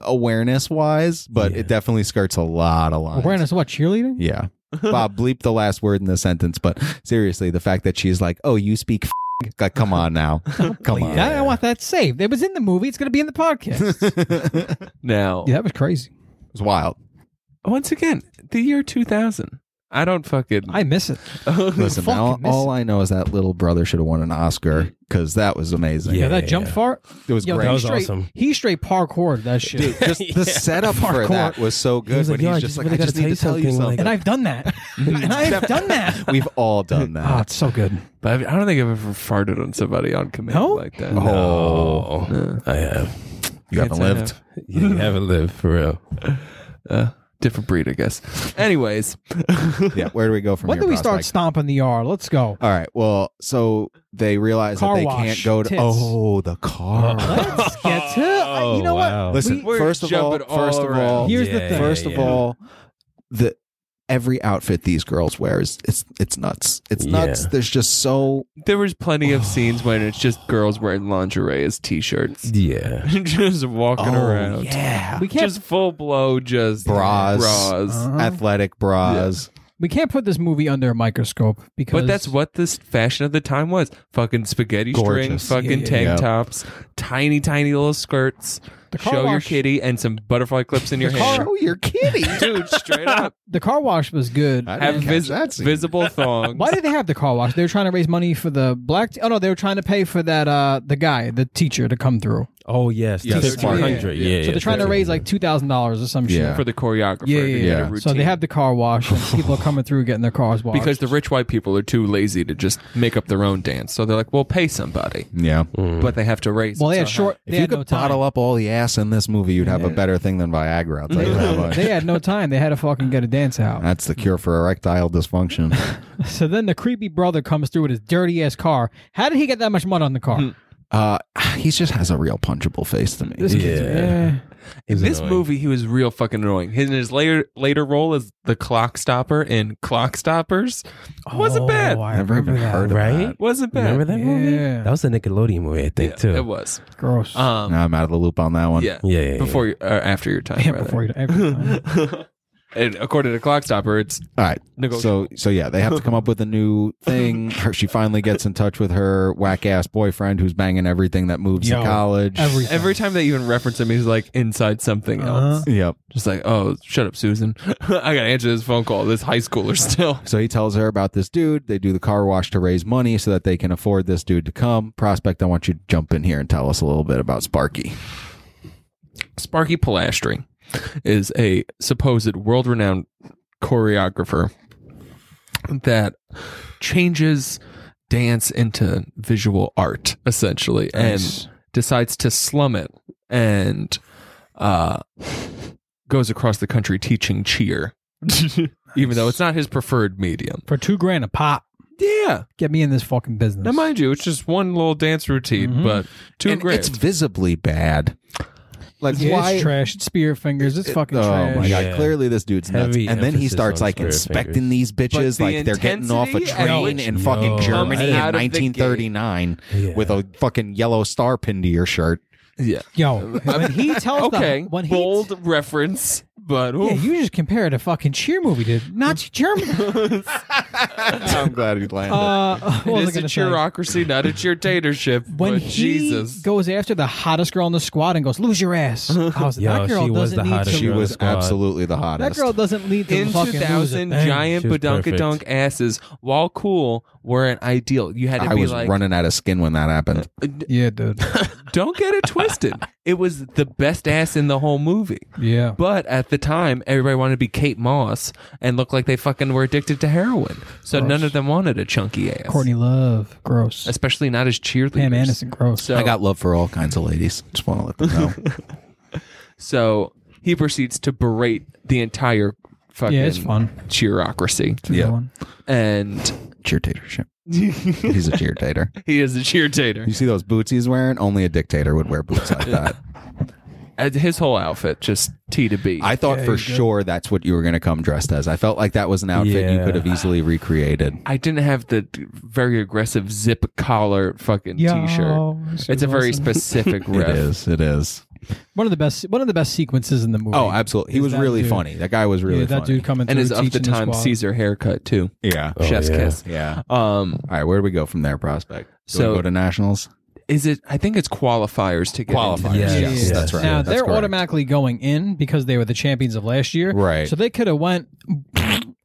Mm-hmm. awareness wise, but Yeah. it definitely skirts a lot of lines. Awareness of what? Cheerleading? Yeah. Bob bleep the last word in the sentence, but seriously, the fact that she's like, "Oh, you speak," f-. like, come on now, come on. That- I want that saved. It was in the movie. It's going to be in the podcast. it Now, yeah, that was crazy. was wild. once again, the year 2000. I don't fucking. I miss it. Listen, man, all, Fucking miss all I know is that little brother should have won an Oscar because that was amazing. Yeah, Yeah, that yeah, jump yeah. fart. It was Yo, great. that was straight, awesome. He straight parkour that shit. Just the setup for that was so He good. was When like, "Yo, he's I just just like, really I gotta just need to tell tell you you something, something. and I've done that. and I've done that. We've all done Oh, that. it's so good. But I don't think I've ever farted on somebody on command No? like that. Oh, I have. you haven't Can't say lived. Yeah, you haven't lived for real. Different breed, I guess. Anyways, Yeah, where do we go from When here? do we boss? start Like, stomping the yard? Let's go. all right. Well, so they realize Car that they wash, can't go to. tits. Oh, the car. Let's get to. uh, Oh, you know wow. what? Listen, We're first of all, jumping all first of all, Here's the Yeah, thing. first yeah, of yeah. all, the every outfit these girls wear is it's it's nuts. It's nuts. Yeah. There's just so there was plenty of scenes when it's just girls wearing lingerie as t-shirts, Yeah. just walking Oh, around. yeah. We can't. Just full blow, just Bras. bras. Uh-huh. athletic bras. we can't put this movie under a microscope because. But that's what this fashion of the time was: fucking spaghetti Gorgeous. strings, fucking Yeah, yeah, tank yeah. tops, tiny, tiny little skirts. The car Show your wash- kitty and some butterfly clips in your hand, Show your kitty. dude. Straight up, the car wash was good. I have didn't catch vis- that scene. visible thongs. Why did they have the car wash? They were trying to raise money for the black. T- oh no, they were trying to pay for that. Uh, the guy, the teacher, to come through. Oh yes, Yeah, yeah, they're fifteen hundred. trying- Yeah, yeah. yeah. So they're trying to raise like two thousand dollars or some Yeah. shit. for the choreographer Yeah, to yeah, get a yeah. routine. So they have the car wash, and people are coming through getting their cars washed. because the rich white people are too lazy to just make up their own dance. So they're like, "Well, pay somebody," Yeah. Hmm. but they have to raise. well, it they had somehow. short. If they you had could no time. bottle up all the ass in this movie, you'd have a better thing than Viagra. I'll tell you that much. they had no time. They had to fucking get a dance out. That's the cure for erectile dysfunction. So then the creepy brother comes through with his dirty ass car. How did he get that much mud on the car? Uh, he just has a real punchable face to me. This kid's Yeah. yeah. In this annoying. movie, he was real fucking annoying. In his later later role as the clock stopper in Clock Stoppers, wasn't bad. Oh, I Never even remember that. heard of Right? that. Wasn't bad. Remember that movie? Yeah. That was the Nickelodeon movie, I think, too. It was. Gross. Um, Now I'm out of the loop on that one. yeah. Yeah, yeah, yeah. Before your, or after your time. Yeah, rather. before you, every time. and according to Clock Stopper, it's All right. negotiable. So so yeah, they have to come up with a new thing. Her- she finally gets in touch with her whack ass boyfriend who's banging everything that moves Yo, in college. everything. Every time they even reference him, he's like inside something Uh-huh. else. Yep. Just like, oh, shut up, Susan. I gotta answer this phone call. This high schooler still. So he tells her about this dude. They do the car wash to raise money so that they can afford this dude to come. Prospect, I want you to jump in here and tell us a little bit about Sparky. Sparky Pilastri is a supposed world renowned choreographer that changes dance into visual art, essentially, and decides to slum it and uh, goes across the country teaching cheer, even though it's not his preferred medium. For two grand a pop, Yeah. get me in this fucking business. Now, mind you, it's just one little dance routine, but two And grand. It's visibly bad. Like Yeah, why? it's trash. It's spear fingers. It's fucking oh trash. my god! Yeah. Clearly, this dude's nuts. Heavy and then he emphasis starts on like square inspecting fingers. these But bitches the like they're getting off a intensity at train which in you fucking come Germany in out of the 1939 Yeah. with a fucking yellow star pinned to your shirt. yeah. Yo, when he tells Okay. them, when he Bold reference, but yeah, oof. you just compared a fucking cheer movie to Nazi Germany. I'm glad he landed. uh, what was I It is a gonna say? cheerocracy, not a cheertatorship. When but he Jesus. goes after the hottest girl in the squad and goes, "Lose your ass," I was like, Yo, that girl she doesn't was the need hottest to. she girl in was the squad. absolutely the that hottest. girl doesn't need to in fucking lose it. 2000, Dang, giant she was badunkadunk asses, while cool, were an ideal. You had to I be was like, running out of skin when that happened. Yeah, dude. don't get it twisted. it was the best ass in the whole movie. Yeah. But at the time, everybody wanted to be Kate Moss and look like they fucking were addicted to heroin. So none of them wanted a chunky ass. Courtney Love, gross. Especially not as cheerleaders. Pam Anderson, gross. So I got love for all kinds of ladies. Just want to let them know. So he proceeds to berate the entire fucking yeah, it's fun. cheerocracy. It's a good Yeah. one. And Cheertatorship. He's a cheertator. he is a You cheertater. see those boots he's wearing? Only a dictator would wear boots like that. And His whole outfit, just T to B. I thought for sure that's what you were going to come dressed as. I felt like that was an outfit you Yeah. could have easily recreated. I didn't have the d- very aggressive zip collar fucking Yo, t shirt. this is It's a very awesome. specific It riff. is. It is. One of the best. One of the best sequences in the movie. Oh, absolutely. He Is was that really dude- funny. That guy was really yeah, that funny. dude Oh. coming And through is of the teaching time squad. Caesar haircut too. Oh, Yeah. Chef's yeah. kiss. Yeah. All Um right. Where do we go from there, prospect? Do So- we go to nationals. is it I think it's qualifiers to get Qualifiers. into- Yeah. Yes, Yeah, yeah, That's yeah. right. Now That's they're correct. automatically going in because they were the champions of last year, Right. So they could have went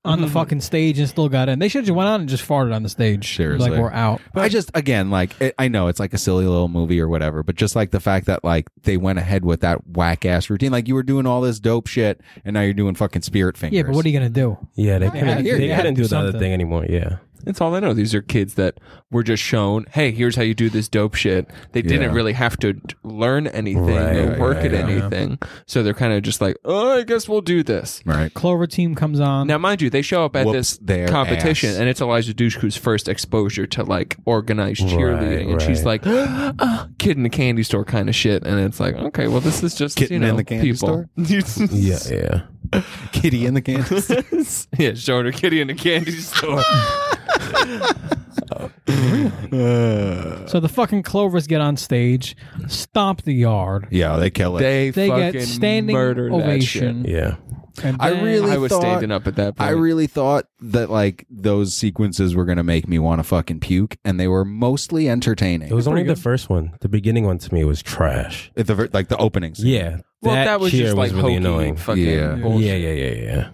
on the fucking stage and still got in. They should have just went on and just farted on the stage. Seriously. like we're out. I just again like it, I know it's like a silly little movie or whatever, but just like the fact that like they went ahead with that whack ass routine, like you were doing all this dope shit, and now you're doing fucking spirit fingers. Yeah, but what are you gonna do? Yeah, they couldn't, hear they you. couldn't do the Something. other thing anymore. Yeah. That's all I know. These are kids that were just shown, hey, here's how you do this dope shit. They didn't Yeah. really have to d- learn anything Right, or work right, at yeah. anything. So they're kind of just like, oh, I guess we'll do this. right? Clover team comes on. Now, mind you, they show up at Whoops this their competition, ass. and it's Eliza Dushku's first exposure to like organized cheerleading, and she's like, "Ah, kid in the candy store kind of shit. And it's like, okay, well, this is just Kitten you know, in the candy people. Yeah, yeah. Kitty in the can. yeah, showing her kitty in the candy store. so the fucking Clovers get on stage, stomp the yard. yeah, they kill it. They, They fucking get standing murder ovation. Yeah. and I then- That really shit. I was thought- standing up at that point. I really thought that like those sequences were gonna make me want to fucking puke, and they were mostly entertaining. It was only the first one. The beginning one to me was trash. At the ver- like the openings. Yeah. Well, that, was cheer just like really hokey annoying. Fucking Yeah. bullshit. Yeah, yeah, yeah, yeah.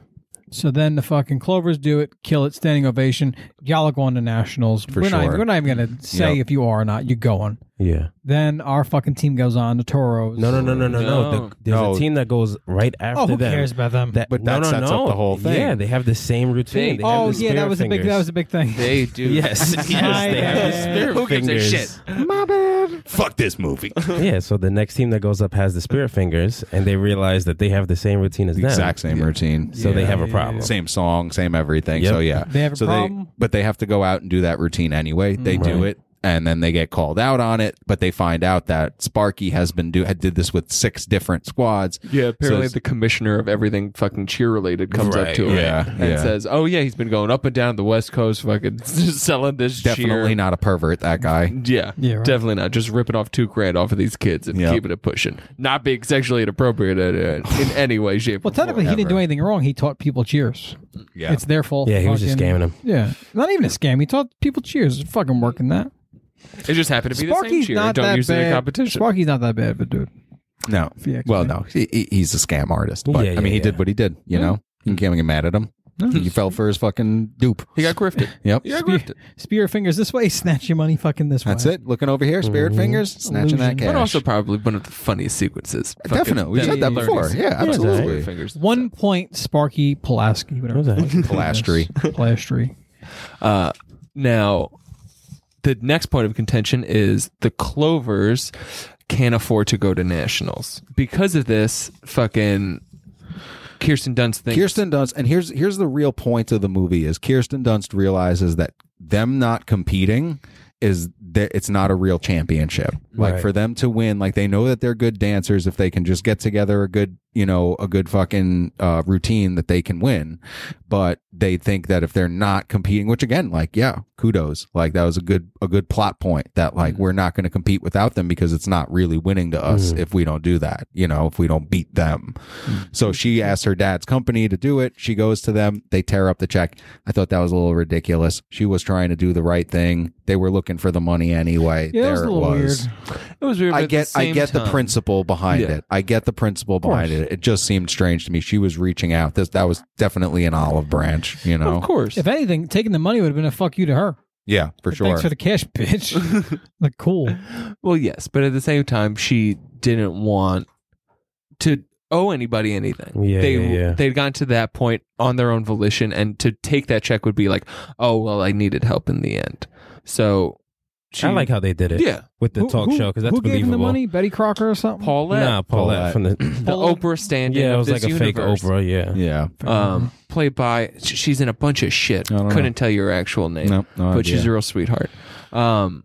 So then the fucking Clovers do it, kill it, standing ovation. Y'all are going to nationals. For we're not. sure. We're not even gonna say Yep. if you are or not. You're going. Yeah. Then our fucking team goes on to Toros. No, no, no, no, no, no. No. The, there's No. a team that goes right after Oh, who them. cares about them? That, But no, that no, sets no. up the whole thing. Yeah, they have the same routine. They have oh the yeah, that spear was a big fingers. that was a big thing. They do. Yes, yes, they have bad. the spirit Who gives a fingers. shit? Fuck this movie. Yeah, so the next team that goes up has the spirit fingers, and they realize that they have the same routine as them. exact same routine. So they have a Yeah. problem. Same song, same everything. Yep. So yeah, They have a so problem? They, but they have to go out and do that routine anyway. They do Right. it, and then they get called out on it. But they find out that Sparky has been do had did this with six different squads. Yeah, apparently So the commissioner of everything fucking cheer related comes up Right, to him yeah, and yeah. says, "Oh yeah, he's been going up and down the West Coast, fucking selling this definitely cheer." not a pervert. That guy. Yeah, Yeah, right. definitely not. Just ripping off two grand off of these kids and Yeah. keeping it pushing. Not being sexually inappropriate in, in any way, shape. Well, or form. technically, he didn't do anything wrong. He taught people cheers. Yeah, It's their fault. Yeah, he was just Fucking- scamming him. Yeah, not even a scam. He taught people cheers. It's fucking working that. It just happened to be the same Sparky's cheer. not Don't that use it bad. in competition. Sparky's not that bad of a dude. no. Yeah, Well, no, he, he- he's a scam artist. But Yeah, I mean, yeah, he yeah. did what he did. You know, you can't get mad at him. He fell for his fucking dupe. He got grifted. Yep. He got Spear, grifted. spear fingers this way, snatch your money fucking this way. That's it. Looking over here, spirit Mm-hmm. fingers, snatching that cash. But also probably one of the funniest sequences. Fucking Definitely. We said that learning before. sequence. Yeah, absolutely. Spirit fingers. One point, Sparky Pulaski, whatever. What was that? Pilastri. Pilastri. Uh, now, the next point of contention is the Clovers can't afford to go to nationals because of this fucking Kirsten Dunst thing. Kirsten Dunst, and here's here's the real point of the movie is Kirsten Dunst realizes that them not competing is that it's not a real championship. Like Right. for them to win, like they know that they're good dancers if they can just get together a good, you know, a good fucking uh, routine that they can win. But they think that if they're not competing, which again, like yeah, kudos, like that was a good a good plot point that like we're not going to compete without them because it's not really winning to us if we don't do that. You know, if we don't beat them. So she asked her dad's company to do it. She goes to them. They tear up the check. I thought that was a little ridiculous. She was trying to do the right thing. They were looking for the money anyway. Yeah, that there was a it little was. weird. It was weird. but I at get, the I same get the time- principle behind Yeah. it. I get the principle behind it. It just seemed strange to me. She was reaching out. This that was definitely an olive branch. You know. Of course. If anything, taking the money would have been a fuck you to her. Yeah, for sure. Thanks for the cash, bitch. like, cool. Well, yes, but at the same time, she didn't want to owe anybody anything. Yeah, they yeah, yeah. they'd gotten to that point on their own volition, and to take that check would be like, oh well, I needed help in the end. So she, I like how they did it. yeah, with the Who- talk who- show because that's Who gave him believable. the money? Betty Crocker or something? Paulette, Nah, Paulette. Paulette, from the the Oprah standing. yeah, it of was like this a fake universe. Oprah. Mm-hmm. Yeah, yeah. Um, played by sh- she's in a bunch of shit. I don't know. Couldn't tell you her actual name, No, Uh, no but she's a idea. real sweetheart. Um,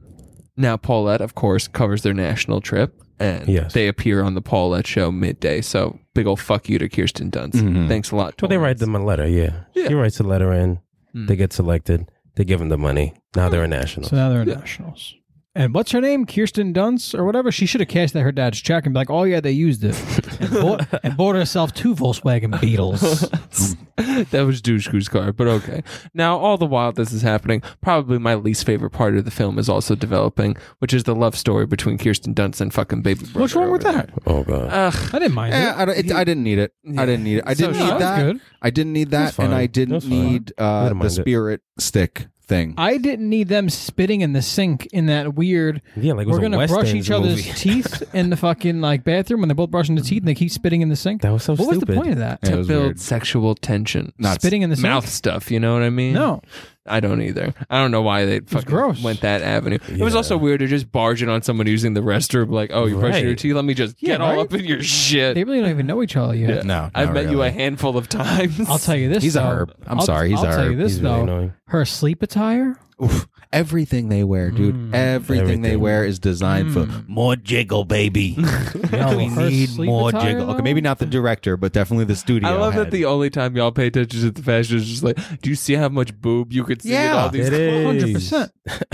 now Paulette, of course, covers their national trip, and Yes. they appear on the Paulette show midday. So big ol' fuck you to Kirsten Dunst. Thanks a lot. Well, Mm-hmm. they write Torrance. them a letter. Yeah, Yeah. he writes a letter in. They get selected. They give them the money. Now they're a national. Hmm. So now they're nationals. And what's her name? Kirsten Dunst or whatever? She should have cashed at her dad's check and be like, oh, yeah, they used it. and, bought, and bought herself two Volkswagen Beetles. that was Dushku's car, but okay. Now, all the while this is happening, probably my least favorite part of the film is also developing, which is the love story between Kirsten Dunst and fucking baby brother. What's wrong over with there. that? oh god. uh, Ugh. I didn't mind Yeah, it. Eh, I, don't, it, I didn't need it. I didn't need it. I So didn't she- need That was that. good. I didn't need that, fine. and I That's didn't fine. need I uh, don't the mind it. spirit stick thing. I didn't need them spitting in the sink in that weird. Yeah, like it was We're a gonna West brush End's each other's movie. teeth in the fucking like bathroom when they're both brushing their teeth and they keep spitting in the sink. That was so what was stupid. the point of that? Yeah, it To was build weird. sexual tension. Not Spitting in the sink. Mouth stuff, you know what I mean? No, I don't either. I don't know why they fucking gross. went that avenue. It was also weird to just barge in on someone using the restroom, like, oh, you're brushing your Right. teeth. Let me just Yeah, get all right? up in your shit. they really don't even know each other yet. Yeah. No, I've not met you really. a handful of times. I'll tell you this. He's a though. herb. I'm I'll- sorry, he's I'll a tell you herb. this He's really though. annoying. her sleep attire. Oof. Everything they wear, dude. everything, they Everything. wear is designed for more jiggle, baby. No, we her need sleep more attire, jiggle. though? Okay, maybe not the director, but definitely the studio. I love head. that the only time y'all pay attention to the fashion is just like, do you see how much boob you could see in Yeah, all these? It is. Hundred percent.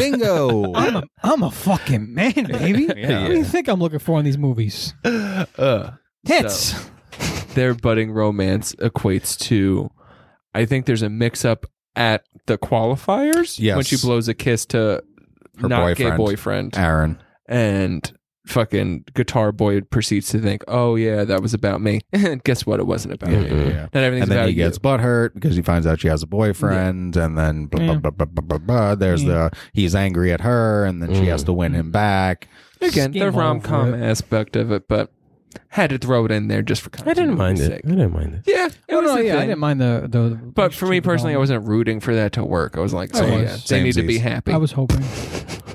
bingo. I'm a I'm a fucking man, baby. What do you think I'm looking for in these movies? Uh, Hits. their budding romance equates to, I think there's a mix up at the qualifiers Yes. when she blows a kiss to Her not gay boyfriend. boyfriend. Aaron. and fucking guitar boy proceeds to think, "Oh yeah, that was about me." and guess what? It wasn't about me. Not everything's And then about he you. gets butthurt because he finds out she has a boyfriend, and then blah, blah, blah, blah, blah, blah, blah. there's the he's angry at her, and then she has to win him back. Again, the Game rom com over. aspect of it, but had to throw it in there just for I didn't mind continuity's it. sake. I didn't mind it. Yeah, it Oh was no, a yeah, I thing. didn't mind the. the But for me personally, I wasn't rooting for that to work. I was like, I so was. yeah, they need to be Samesies. happy. I was hoping.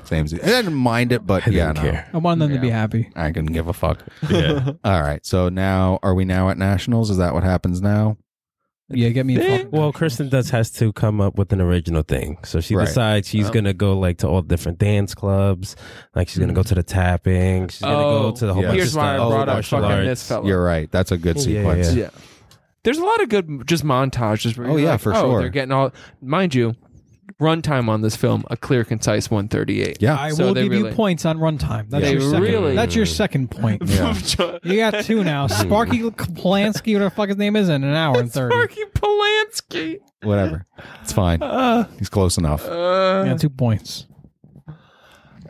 Same. I didn't mind it, but I yeah, didn't no. care. I wanted them to be happy. I couldn't give a fuck. Yeah. All right. So now, are we now at nationals? Is that what happens now? Yeah, get me. A fucking well, Kristen does has to come up with an original thing. So she Right. decides she's Oh. gonna go like to all different dance clubs. Like she's gonna go to the tapping. She's Mm. Oh, gonna go to the whole yeah. bunch of Here's why I stuff. brought Oh, up martial fucking arts. this fella. You're right. That's a good Yeah, yeah, sequence. yeah. Uh, yeah. There's a lot of good just montages. Where Oh, you're yeah, like, for oh, sure. They're getting all, mind you, runtime on this film a clear, concise 138. Yeah. I So will they give you really- points on runtime. That's They your second. really- That's your second point. You got two now. Sparky Polanski, whatever the fuck his name is, in an hour and thirty. Marky Polanski. Whatever. It's fine. He's close enough. Uh, Yeah, two points.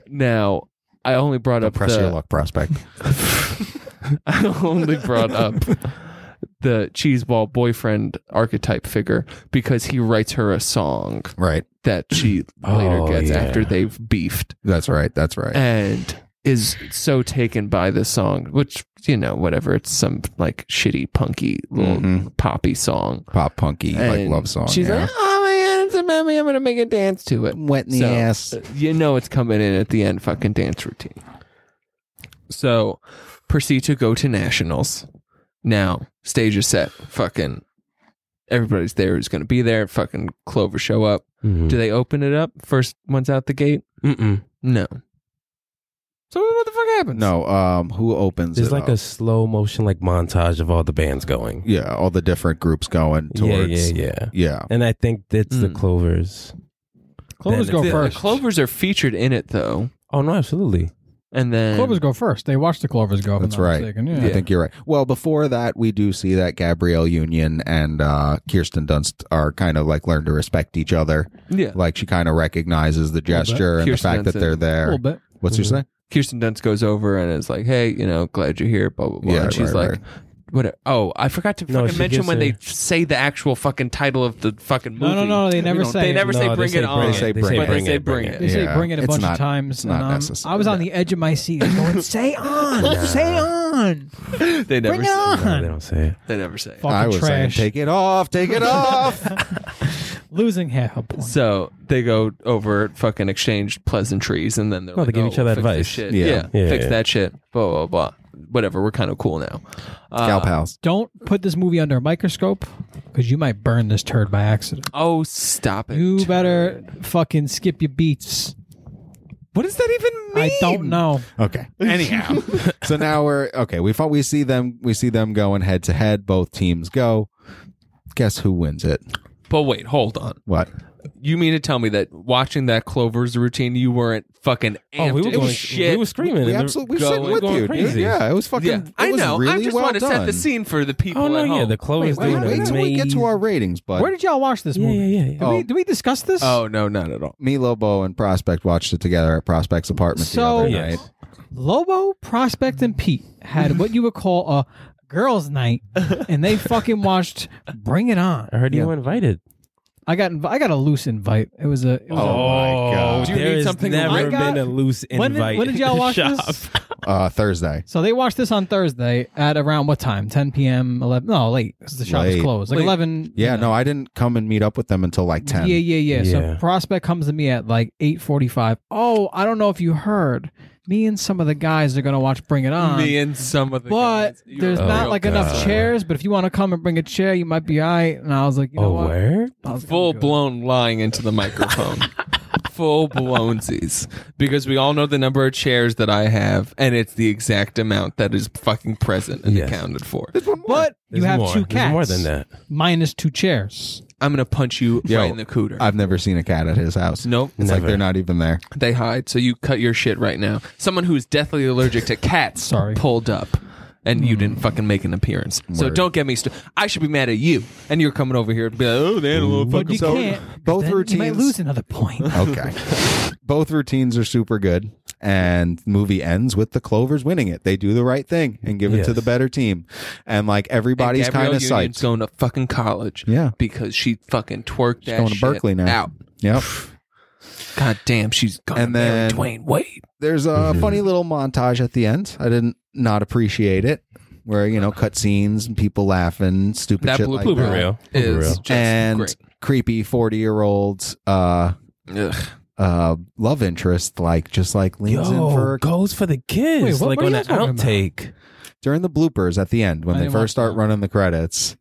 Now, I only brought up Press your the, luck, prospect. I only brought up the cheeseball boyfriend archetype figure because he writes her a song right. that she later Oh, gets yeah. after they've beefed That's right. That's right. and is so taken by this song, which you know, whatever. It's some like shitty punky little Mhm. poppy song. Pop punky like And love song. She's yeah. like, oh my god, it's a memory. I'm gonna make a dance to it. wet in the So, uh, ass. You know it's coming in at the end, fucking dance routine. So proceed to go to nationals. Now, stage is set. Fucking everybody's there who's gonna be there. Fucking Clover show up. Mm. Mhm. Do they open it up? First one's out the gate? Mm-mm. No. So what the fuck happens? No, um, who opens There's it like up? a slow motion like montage of all the bands going. yeah, all the different groups going towards Yeah, yeah, yeah. yeah. And I think it's the Mm. Clovers. Clovers Then go it's- The- the first. clovers are featured in it though, Oh no, absolutely. and then Clovers go first. They watch the Clovers go. if I'm That's not right. mistaken. Yeah. I think you're right. Well, before that, we do see that Gabrielle Union and uh, Kirsten Dunst are kind of like learn to respect each other. yeah. Like she kind of recognizes the gesture and the Kirsten fact that Dunst they're and- A there. little bit. What's your say? Kirsten Dunst goes over and is like, "Hey, you know, glad you're here." Blah blah blah. Yeah, and she's right, like, right. "What? Oh, I forgot to No, fucking she mention gives when a- they say the actual fucking title of the fucking movie." No, no, no. They never don't- say. they it. never say No, bring it on. They say but bring they it, say bring it. They say Yeah, bring it a it's bunch not- of times. it's not and, um, necessary. I was on the edge of my seat going, "Say on, say on, They never. bring it Say, No, they on." don't say it. they never say. It. Fucking I was saying, trash. take it off, take it off. Losing half a point. So they go over, fucking exchange pleasantries, and then they're No, like, they give "Oh, each other fix this advice. Shit. Yeah. Yeah, Yeah, fix yeah. that shit. Blah blah blah. Whatever. We're kind of cool now. Uh, Gal pals. Don't put this movie under a microscope because you might burn this turd by accident. Oh, stop it. You better fucking skip your beats. What does that even mean? I don't know. Okay. Anyhow, so now we're okay. We fought. We see them. We see them going head to head. Both teams go. Guess who wins it? But wait, hold on. What? You mean to tell me that watching that Clovers routine, you weren't fucking amped? it was shit. Oh, We were screaming. We and the- absolutely we going- sitting with going you, dude. crazy. Yeah, it was fucking. yeah, it I was know. Really I just well want to set done. the scene for the people Oh no, at home. yeah, the Clovers Wait, doing wait till we get to our ratings, but Where did y'all watch this Yeah, movie? yeah, yeah. Did, we, did we discuss this? oh no, not at all. me, Lobo, and Prospect watched it together at Prospect's apartment So- Oh, the other Yes. night. Lobo, Prospect, and Pete had what you would call a girls' night, and they fucking watched Bring It On. I heard you were invited. I got inv- I got a loose invite. It was a. It Oh. was a Oh, my God. Do you there need has something to never I got- been a loose when, invite. did, when did y'all watch shop. this? Uh, Thursday. So they watched this on Thursday at around what time? 10 p.m. 11? No, late. 'cause The shop Late. was closed. Like Late. 11. Yeah, no, I didn't come and meet up with them until like Yeah, ten. yeah, yeah, Yeah. So prospect comes to me at like 8:45. Oh, I don't know if you heard. Me and some of the guys are gonna watch Bring It On. Me and some of the but guys, you there's were not real like good. enough chairs. But if you want to come and bring a chair, you might be all right. And I was like, you know Oh, what? where? I was like, I'm full good. blown lying into the microphone. full blownsies. Because we all know the number of chairs that I have, and it's the exact amount that is fucking present and Yes. accounted for. But you There's have more. two There's cats. more than that. Minus two chairs. I'm gonna punch you Yo, right in the cooter. I've never seen a cat at his house. nope. It's like Never. they're not even there. They hide, so you cut your shit right now. Someone who's deathly allergic to cats Sorry. pulled up and you didn't fucking make an appearance. So Word. don't get me st- I should be mad at you. And you're coming over here to be like, oh, the animal But fucking you so- can't. 'cause both then You might routines- lose another point. Okay. Both routines are super good. And the movie ends with the Clovers winning it. They do the right thing and give it to Yes. the better team. And like And everybody's Gabrielle kind of Union's psyched. going to fucking college. Yeah. Because she fucking twerked that going to shit Berkeley now. out. yep. God damn, she's gonna And marry then- Dwayne Wade. There's a Mm-hmm. funny little montage at the end. I didn't not appreciate it, where you know cut scenes and people laughing, stupid That shit blue like blooper that. real. Is real. just and great. creepy forty year olds. Uh, Ugh. uh, love interest, like just like leans in for goes for the kiss, Wait, what like were on you an talking about? outtake. during the bloopers at the end when I they didn't first watch start that. running the credits.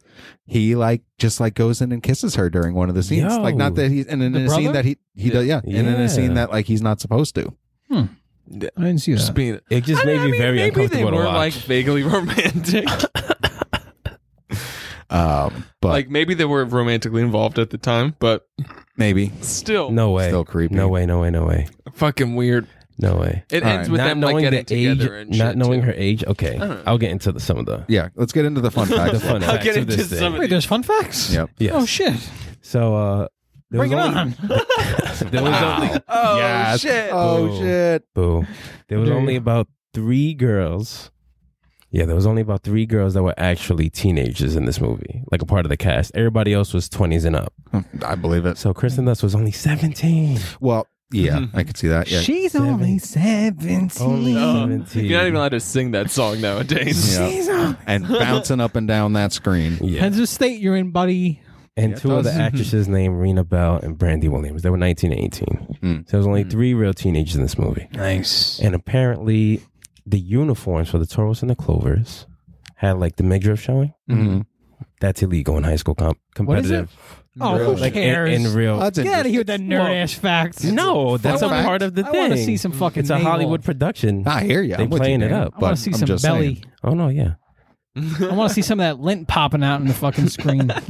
He like just like goes in and kisses her during one of the scenes. Yo. Like not that he's and in The a scene brother? that he he does yeah, and in Yeah. a scene that like he's not supposed to. I didn't see Just that. being It just made me very maybe uncomfortable They were to watch. like vaguely romantic. Um, but like maybe they were romantically involved at the time, but maybe still, no way, still creepy. no way, no way, no way, fucking weird. no way. It All ends right, with them like getting together age, and shit, not knowing too. her age. Okay, don't know. I'll get into the, some of the Yeah, let's get into the fun facts. Oh, the fun I'll facts get of into this some thing. of Wait, there's fun facts. Yep. Yes. Oh shit! So uh, there Bring it only, on. There was only Oh Yes. shit! Oh Whoa. shit. Boo. There was Dare only you. about three girls. Yeah, there was only about three girls that were actually teenagers in this movie, like a part of the cast. Everybody else was twenties and up. I believe it. So Kristen Dust was only seventeen. Well, yeah, I could see that. Yeah. She's only seventeen. Only seventeen. You're not even allowed to sing that song nowadays. Yeah. And bouncing up and down that screen. yeah. Hence the state you're in, buddy. And Yeah, it two of the does. actresses named Rena Bell and Brandy Williams. They were 19 and 18. Mm. So there was Hmm. only three real teenagers in this movie. Nice. And apparently the uniforms for the Toros and the Clovers had like the midriff showing. Mm-hmm. That's illegal in high school comp- What is it? competitive. Oh, who Like in, cares? in real That's Get out of interesting. here with that nerd ass fact. No, that's a fact. part of the I thing. want to see some fucking. it's a navel. Hollywood production. I hear you. They I'm with you, playing it man. up. I want But to see I'm some just belly. Oh no, yeah. I want to see some of that lint popping out in the fucking screen.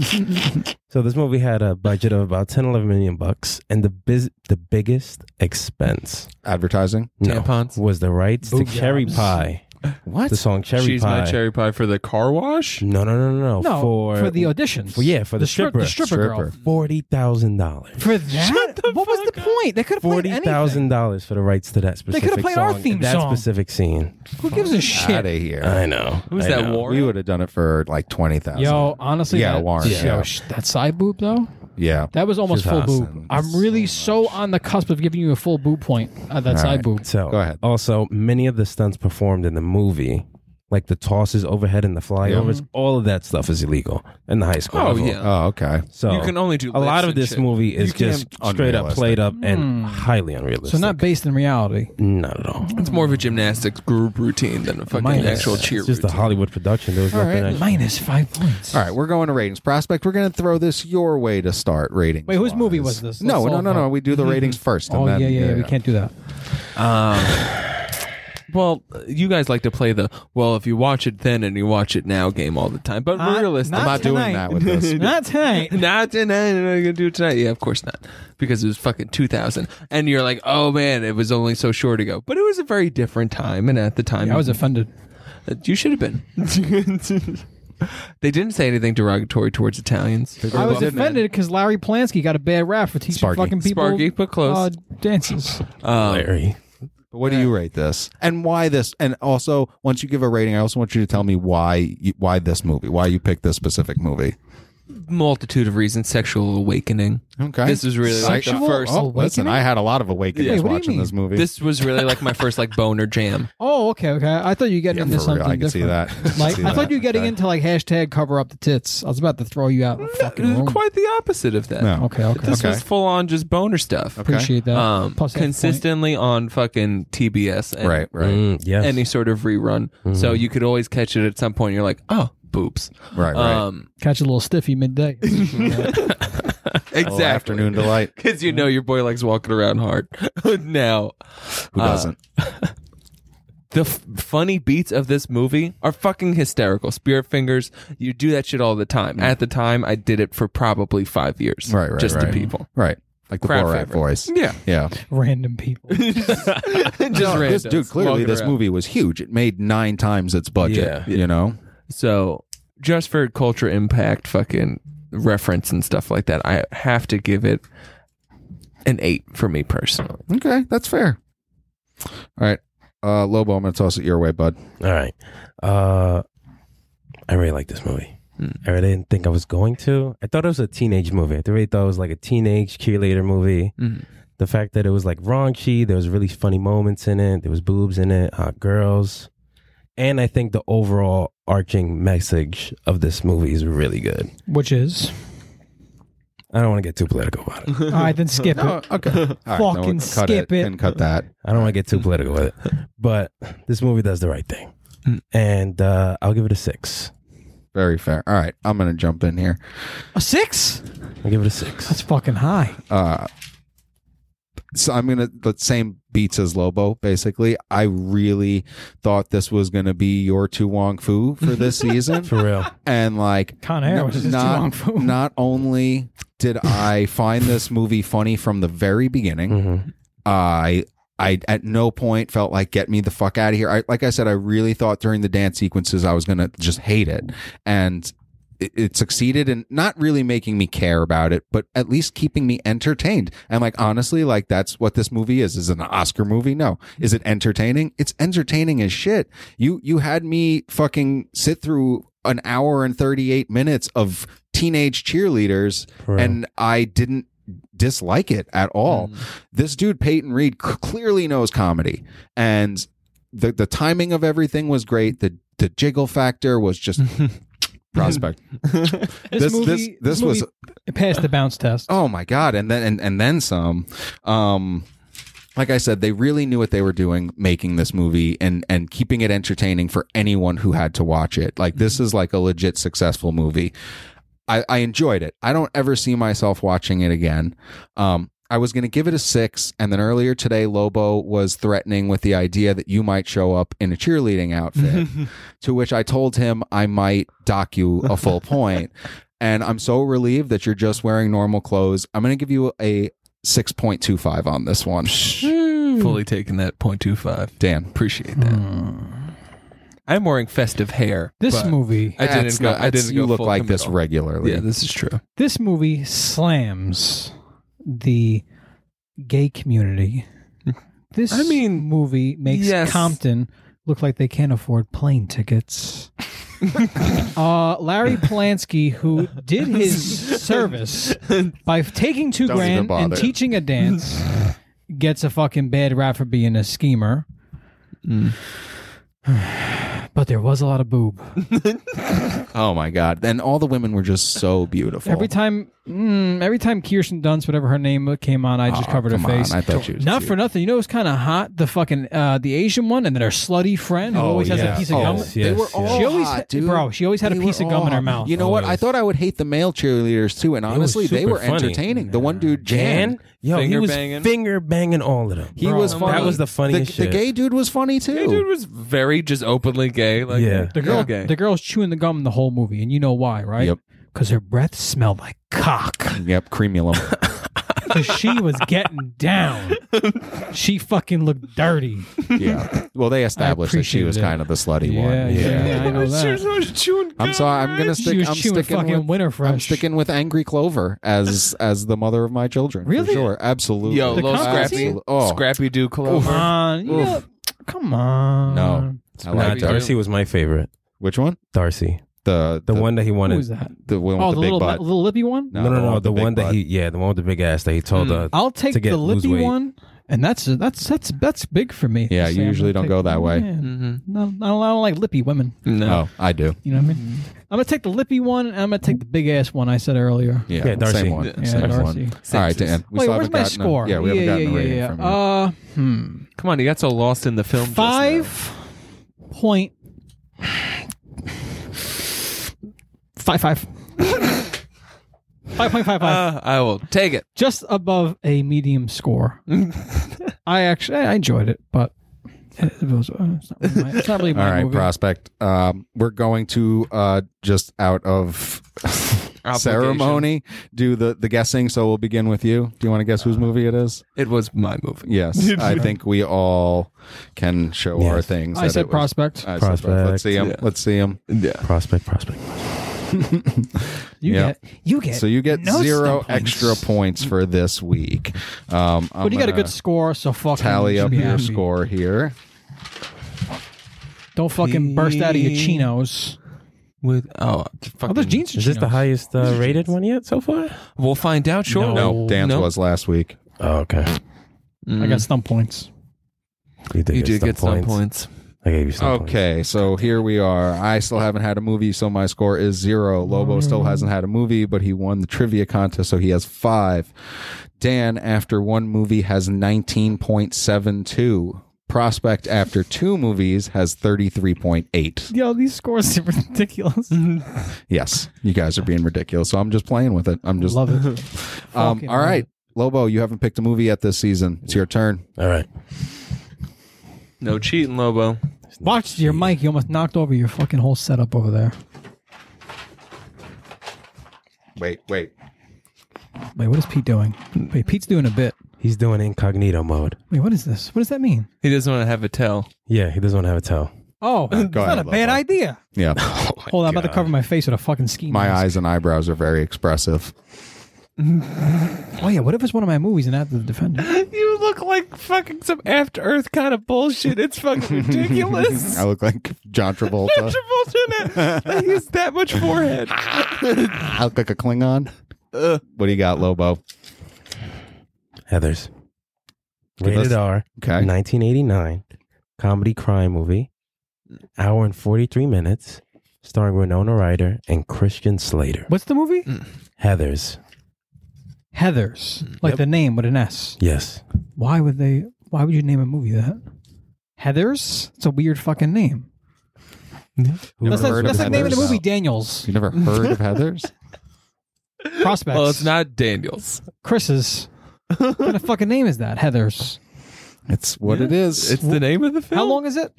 So this movie had a budget of about 10, 11 million bucks, and the biz- the biggest expense Advertising. no, Tampons. was the rights Boob to Cherry jobs. Pie, What? the song Cherry She's Pie. my cherry pie for the car wash. no, no, no, no, no, No, for the auditions. for- yeah, for the strip- stripper. the stripper, girl. Stripper. forty thousand dollars. For that, what was the point? They could have played Forty anything. thousand dollars for the rights to that could've specific played song, our theme that song. specific scene. Who gives a shit? Out of here. I know. Who's I that know. Warren? We would have done it for like twenty thousand. Yo, honestly, Yeah, that, Warren, yo, yeah. sh- that side boob though, Yeah. that was almost She's full awesome. boob. I'm really so on the cusp of giving you a full boob point at that All side right. boob. So Go ahead. Also, many of the stunts performed in the movie, like the tosses overhead and the flyovers, Mm-hmm. all of that stuff is illegal in the high school. Oh, level. yeah. Oh, okay. So You can only do a lifts lot of and this shit. movie is You can't- just straight up Unrealistic. played up and highly unrealistic. Hmm. So not based in reality. not at all. It's more of a gymnastics group routine than a fucking Minus. actual cheer It's just a routine. Hollywood production. There was nothing. actually- minus five points. All right, we're going to ratings. Prospect, we're going to throw this your way to start ratings. Wait, whose wise. movie was this? No, Let's no, all no, no. know. We do the ratings first. and Oh then- uh, yeah, yeah, yeah, we can't do that. Well, you guys like to play the well. If you watch it then and you watch it now game all the time, but Not- realistic. I'm not doing Tonight. that with this. Not tonight. Not tonight. I'm not gonna do it tonight. Yeah, of course not, because it was fucking 2000, and you're like, oh man, it was only so short ago. But it was a very different time, and at the time, uh, I was offended. you should have been. they didn't say anything derogatory towards Italians. I was Well, man. offended because Larry Plansky got a bad rap for teaching Sparky. fucking people Sparky, but close. uh, dances. Um, Larry. But what do you rate this? And why this? And also, once you give a rating, I also want you to tell me why you, why this movie, why you picked this specific movie. multitude of reasons. Sexual awakening. Okay. This is really like the Sexual first. Oh, Awakening? listen, I had a lot of Wait, awakenings what do you watching mean? this movie. This was really like my first like boner jam. Oh, okay, okay. I thought you were getting yeah, into for something real, I can different. see that. can Like see I that. thought you were getting Okay. into like hashtag cover up the tits. I was about to throw you out. of the fucking room. Quite the opposite of that. No. Okay, Oh. okay. This Okay. was full on just boner stuff. Appreciate that. Um, Plus half a consistently on fucking TBS. And Right, right, Mm, yes. Any sort of rerun, so you could always catch it at some point. You're like, oh, boobs. Mm-hmm. right, right. Um, point. Catch a little stiffy midday. Little exactly. Oh, Afternoon delight. Because you know your boy likes walking around hard. now, uh, Who doesn't? the f- funny beats of this movie are fucking hysterical. Spirit fingers, you do that shit all the time. At the time, I did it for probably five years. Mm. Right, right, Just to right. people. right. Like the crowd Borat favorite. voice. Yeah. Yeah. Random people. just No, randos this dude clearly walking this around. movie was huge. It made nine times its budget. Yeah. You know? So just for culture impact, fucking reference and stuff like that, I have to give it an eight for me personally. Okay, that's fair. All right. Uh Lobo, I'm gonna toss it your way, bud. All right. Uh, I really like this movie. I really didn't think I was going to. I thought it was a teenage movie. I really thought it was like a teenage cheerleader movie. the fact that it was like raunchy. There was really funny moments in it. There was boobs in it, hot girls, and I think the overall arching message of this movie is really good. Which is I don't want to get too political about it. all right. Then skip No, it. okay. All right, no, Fucking cut skip it. And cut that. I don't want to get too political with it, but this movie does the right thing, and uh, I'll give it a six. Very fair. All right, I'm gonna jump in here. A six? I'll give it a six. That's fucking high. Uh, so I'm gonna the same beats as Lobo. Basically, I really thought this was gonna be your Tu Wong Fu for this season, For real, and like Con Air No, was just not, too long for not only did I find this movie funny from the very beginning, Mm-hmm. I I at no point felt like get me the fuck out of here. I, like I said, I really thought during the dance sequences I was gonna just hate it, and it, it succeeded in not really making me care about it, but at least keeping me entertained. And like honestly, like that's what this movie is. Is it an Oscar movie? No. Is it entertaining? It's entertaining as shit. You you had me fucking sit through an hour and thirty eight minutes of teenage cheerleaders For real. and I didn't dislike it at all. This dude Peyton Reed c- clearly knows comedy, and the the timing of everything was great. The the jiggle factor was just prospect. This, this- movie, this- this movie passed the bounce test. Oh my god! And then and, and then some. Um, like I said, they really knew what they were doing making this movie and and keeping it entertaining for anyone who had to watch it. Like this is like a legit successful movie. I, I enjoyed it. I don't ever see myself watching it again. Um, I was going to give it a six, and then earlier today, Lobo was threatening with the idea that you might show up in a cheerleading outfit. to which I told him I might dock you a full point. And I'm so relieved that you're just wearing normal clothes. I'm going to give you a 6.25 on this one. Fully taking that 0.25. Dan. Appreciate that. I'm wearing festive hair. This but movie, I That's didn't go. not- I that's- didn't You go look full like this committal. regularly. Yeah, this is true. this movie slams the gay community. This I mean, movie makes yes. Compton look like they can't afford plane tickets. uh, Larry Polanski, who did his service by taking 2 Don't even grand and bother. teaching a dance, gets a fucking bad rap for being a schemer. Mm. But there was a lot of boob. Oh my God. And all the women were just so beautiful. Every time, mm, every time Kirsten Dunst, whatever her name came on, I just Oh, covered her come on. face. I thought she was Not cute. for nothing. You know, it's kind of hot. The fucking uh, the Asian one, and then her slutty friend who always has yeah. a piece of Oh, gum. yes, they yes, were yes. all She always hot, had- dude. bro, she always had a They piece were of gum all in her hot. mouth. You know what? I Always. thought I would hate the male cheerleaders too, and honestly, they super were funny. entertaining. The one dude, Jan, Jan, yo, he Finger was banging. finger banging all of them. he was that funny. was the funniest the, shit. gay dude was funny too. Hey, dude was very just openly gay. Like, Yeah. The girl, gay. the girl's chewing the gum the whole movie, and you know why, right? Yep. Because her breath smelled like cock. Yep, cremulum. Because she was getting down. She fucking looked dirty. yeah. Well, they established that she appreciated was it. kind of the slutty Yeah, one. yeah, I know that. I'm sorry. I'm gonna stick. She was I'm chewing sticking fucking with. winter fresh. I'm sticking with Angry Clover as as the mother of my children. Really? For sure. Absolutely. The Yo, little comedy? Scrappy, Oh. Scrappy Doo Come Clover. on, you know- come on. No. I Nah, like Darcy. that. Darcy was my favorite. Which one? Darcy, The the, one that he Who was wanted. that? the one with Oh, the, the, big little butt. little lippy one. No, no, no, with the, big one that butt. he, yeah, the one with the big ass that he told Mm. uh, I'll take to get- the lose lippy weight. one, and that's that's that's that's big for me. Yeah, you Sam, usually I'll don't take- go that way. Yeah. Mm-hmm. No, I don't, I don't like lippy women. No. Oh, I do. You know what I mean? I'm gonna take the lippy one, and I'm gonna take the big ass one I said earlier. Yeah, Yeah, Darcy. Same one. Yeah, same Darcy. one. All right, Dan. We Wait, where's still haven't my gotten a- score? yeah, we haven't gotten a rating yeah. from you. Uh, hmm. Come on, you got so lost in the film. just now. Five point five five. Five point five five. Uh, I will take it. just above a medium score. I actually I enjoyed it, but it was, uh, it's, not really my, it's not really my All right, movie. prospect. Um, we're going to uh, just out of ceremony do the the guessing. So we'll begin with you. Do you want to guess Uh, whose movie it is? It was my movie. Yes, I think we all can show our Yes. things. I that said it was- prospect. I said prospect. Let's Prospect. see him. Yeah. Let's see him. Yeah. prospect, prospect. you yeah. get you get. So you get no zero stunt points. extra points for this week. Um, I'm but you got a gonna good score, so fucking tally you should up be your happy. score here. Don't fucking burst out of your chinos. With oh, fucking, Oh, those jeans. Are Is this the chinos. highest uh, rated one yet so far? We'll find out. Sure. Oh, No. No, Dan's no. was last week. Oh, okay. I got stump points. You did, you get, did some get some points. points. I gave you some points. Okay, so here we are. I still haven't had a movie, so my score is zero. Mm. Lobo still hasn't had a movie, but he won the trivia contest, so he has five. Dan, after one movie, has 19.72. Prospect, after two movies, has 33.8. Yo, these scores are ridiculous. Yes, you guys are being ridiculous, so I'm just playing with it. I'm just. Love it. Um, Fucking all love right, Lobo, you haven't picked a movie yet this season. It's your turn. All right. No cheating, Lobo. Watch your mic. You almost knocked over your fucking whole setup over there. Wait, wait. Wait, what is Pete doing? Wait, Pete's doing a bit. He's doing incognito mode. Wait, what is this? What does that mean? He doesn't want to have a tell. Yeah, he doesn't want to have a towel. Oh, that's ahead, not a bad Lobo. idea. Yeah, Hold on, I'm about to cover my face with a fucking ski my mask. eyes and eyebrows are very expressive. Oh yeah, what if it's one of my movies and I have to defend it? You look like fucking some after Earth kind of bullshit. It's fucking ridiculous. I look like John Travolta. He's that much forehead. I look like a Klingon. Uh. What do you got, Lobo? Heathers. Give us- Rated R. Okay. 1989 comedy crime movie, hour and 43 minutes, starring Winona Ryder and Christian Slater. What's the movie? Heathers. Heather's, like the name with an S. Yes. Why would they? Why would you name a movie that? Heather's? It's a weird fucking name. You That's never like, heard that's of like naming the Heathers? movie Daniels You never heard of Heathers? Prospects. Well, it's not Daniels. Chris's. what kind of fucking name is that? Heather's. It's what it is. It's the name of the film. How long is it?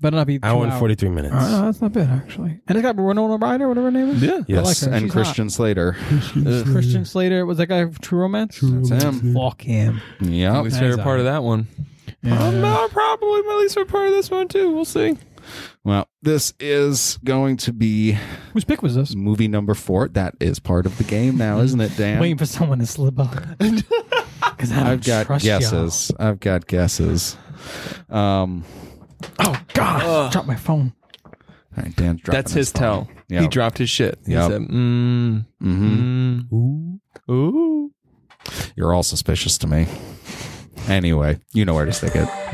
Better not be two Hour and hours. 43 minutes. Uh, that's not bad actually. And it's got Winona Ryder, whatever her name is. Yeah. I like yes, her. and She's Christian Slater. hot. Christian Slater was that guy from True Romance. That's him. Fuck him. My Yep. least favorite part of that one. Oh, no, probably my least favorite part of this one too. We'll see. Well, this is going to be Whose pick was this? movie number four. That is part of the game now, isn't it, Dan? Waiting for someone to slip up. Because I've got guesses. I've got guesses. Um, Oh God! Drop my phone. all right, Dan's dropping That's his tell. Yeah. He dropped his shit. Yep. He said, mm, Mm-hmm. mm, Ooh. ooh. You're all suspicious to me. Anyway, you know where to stick it.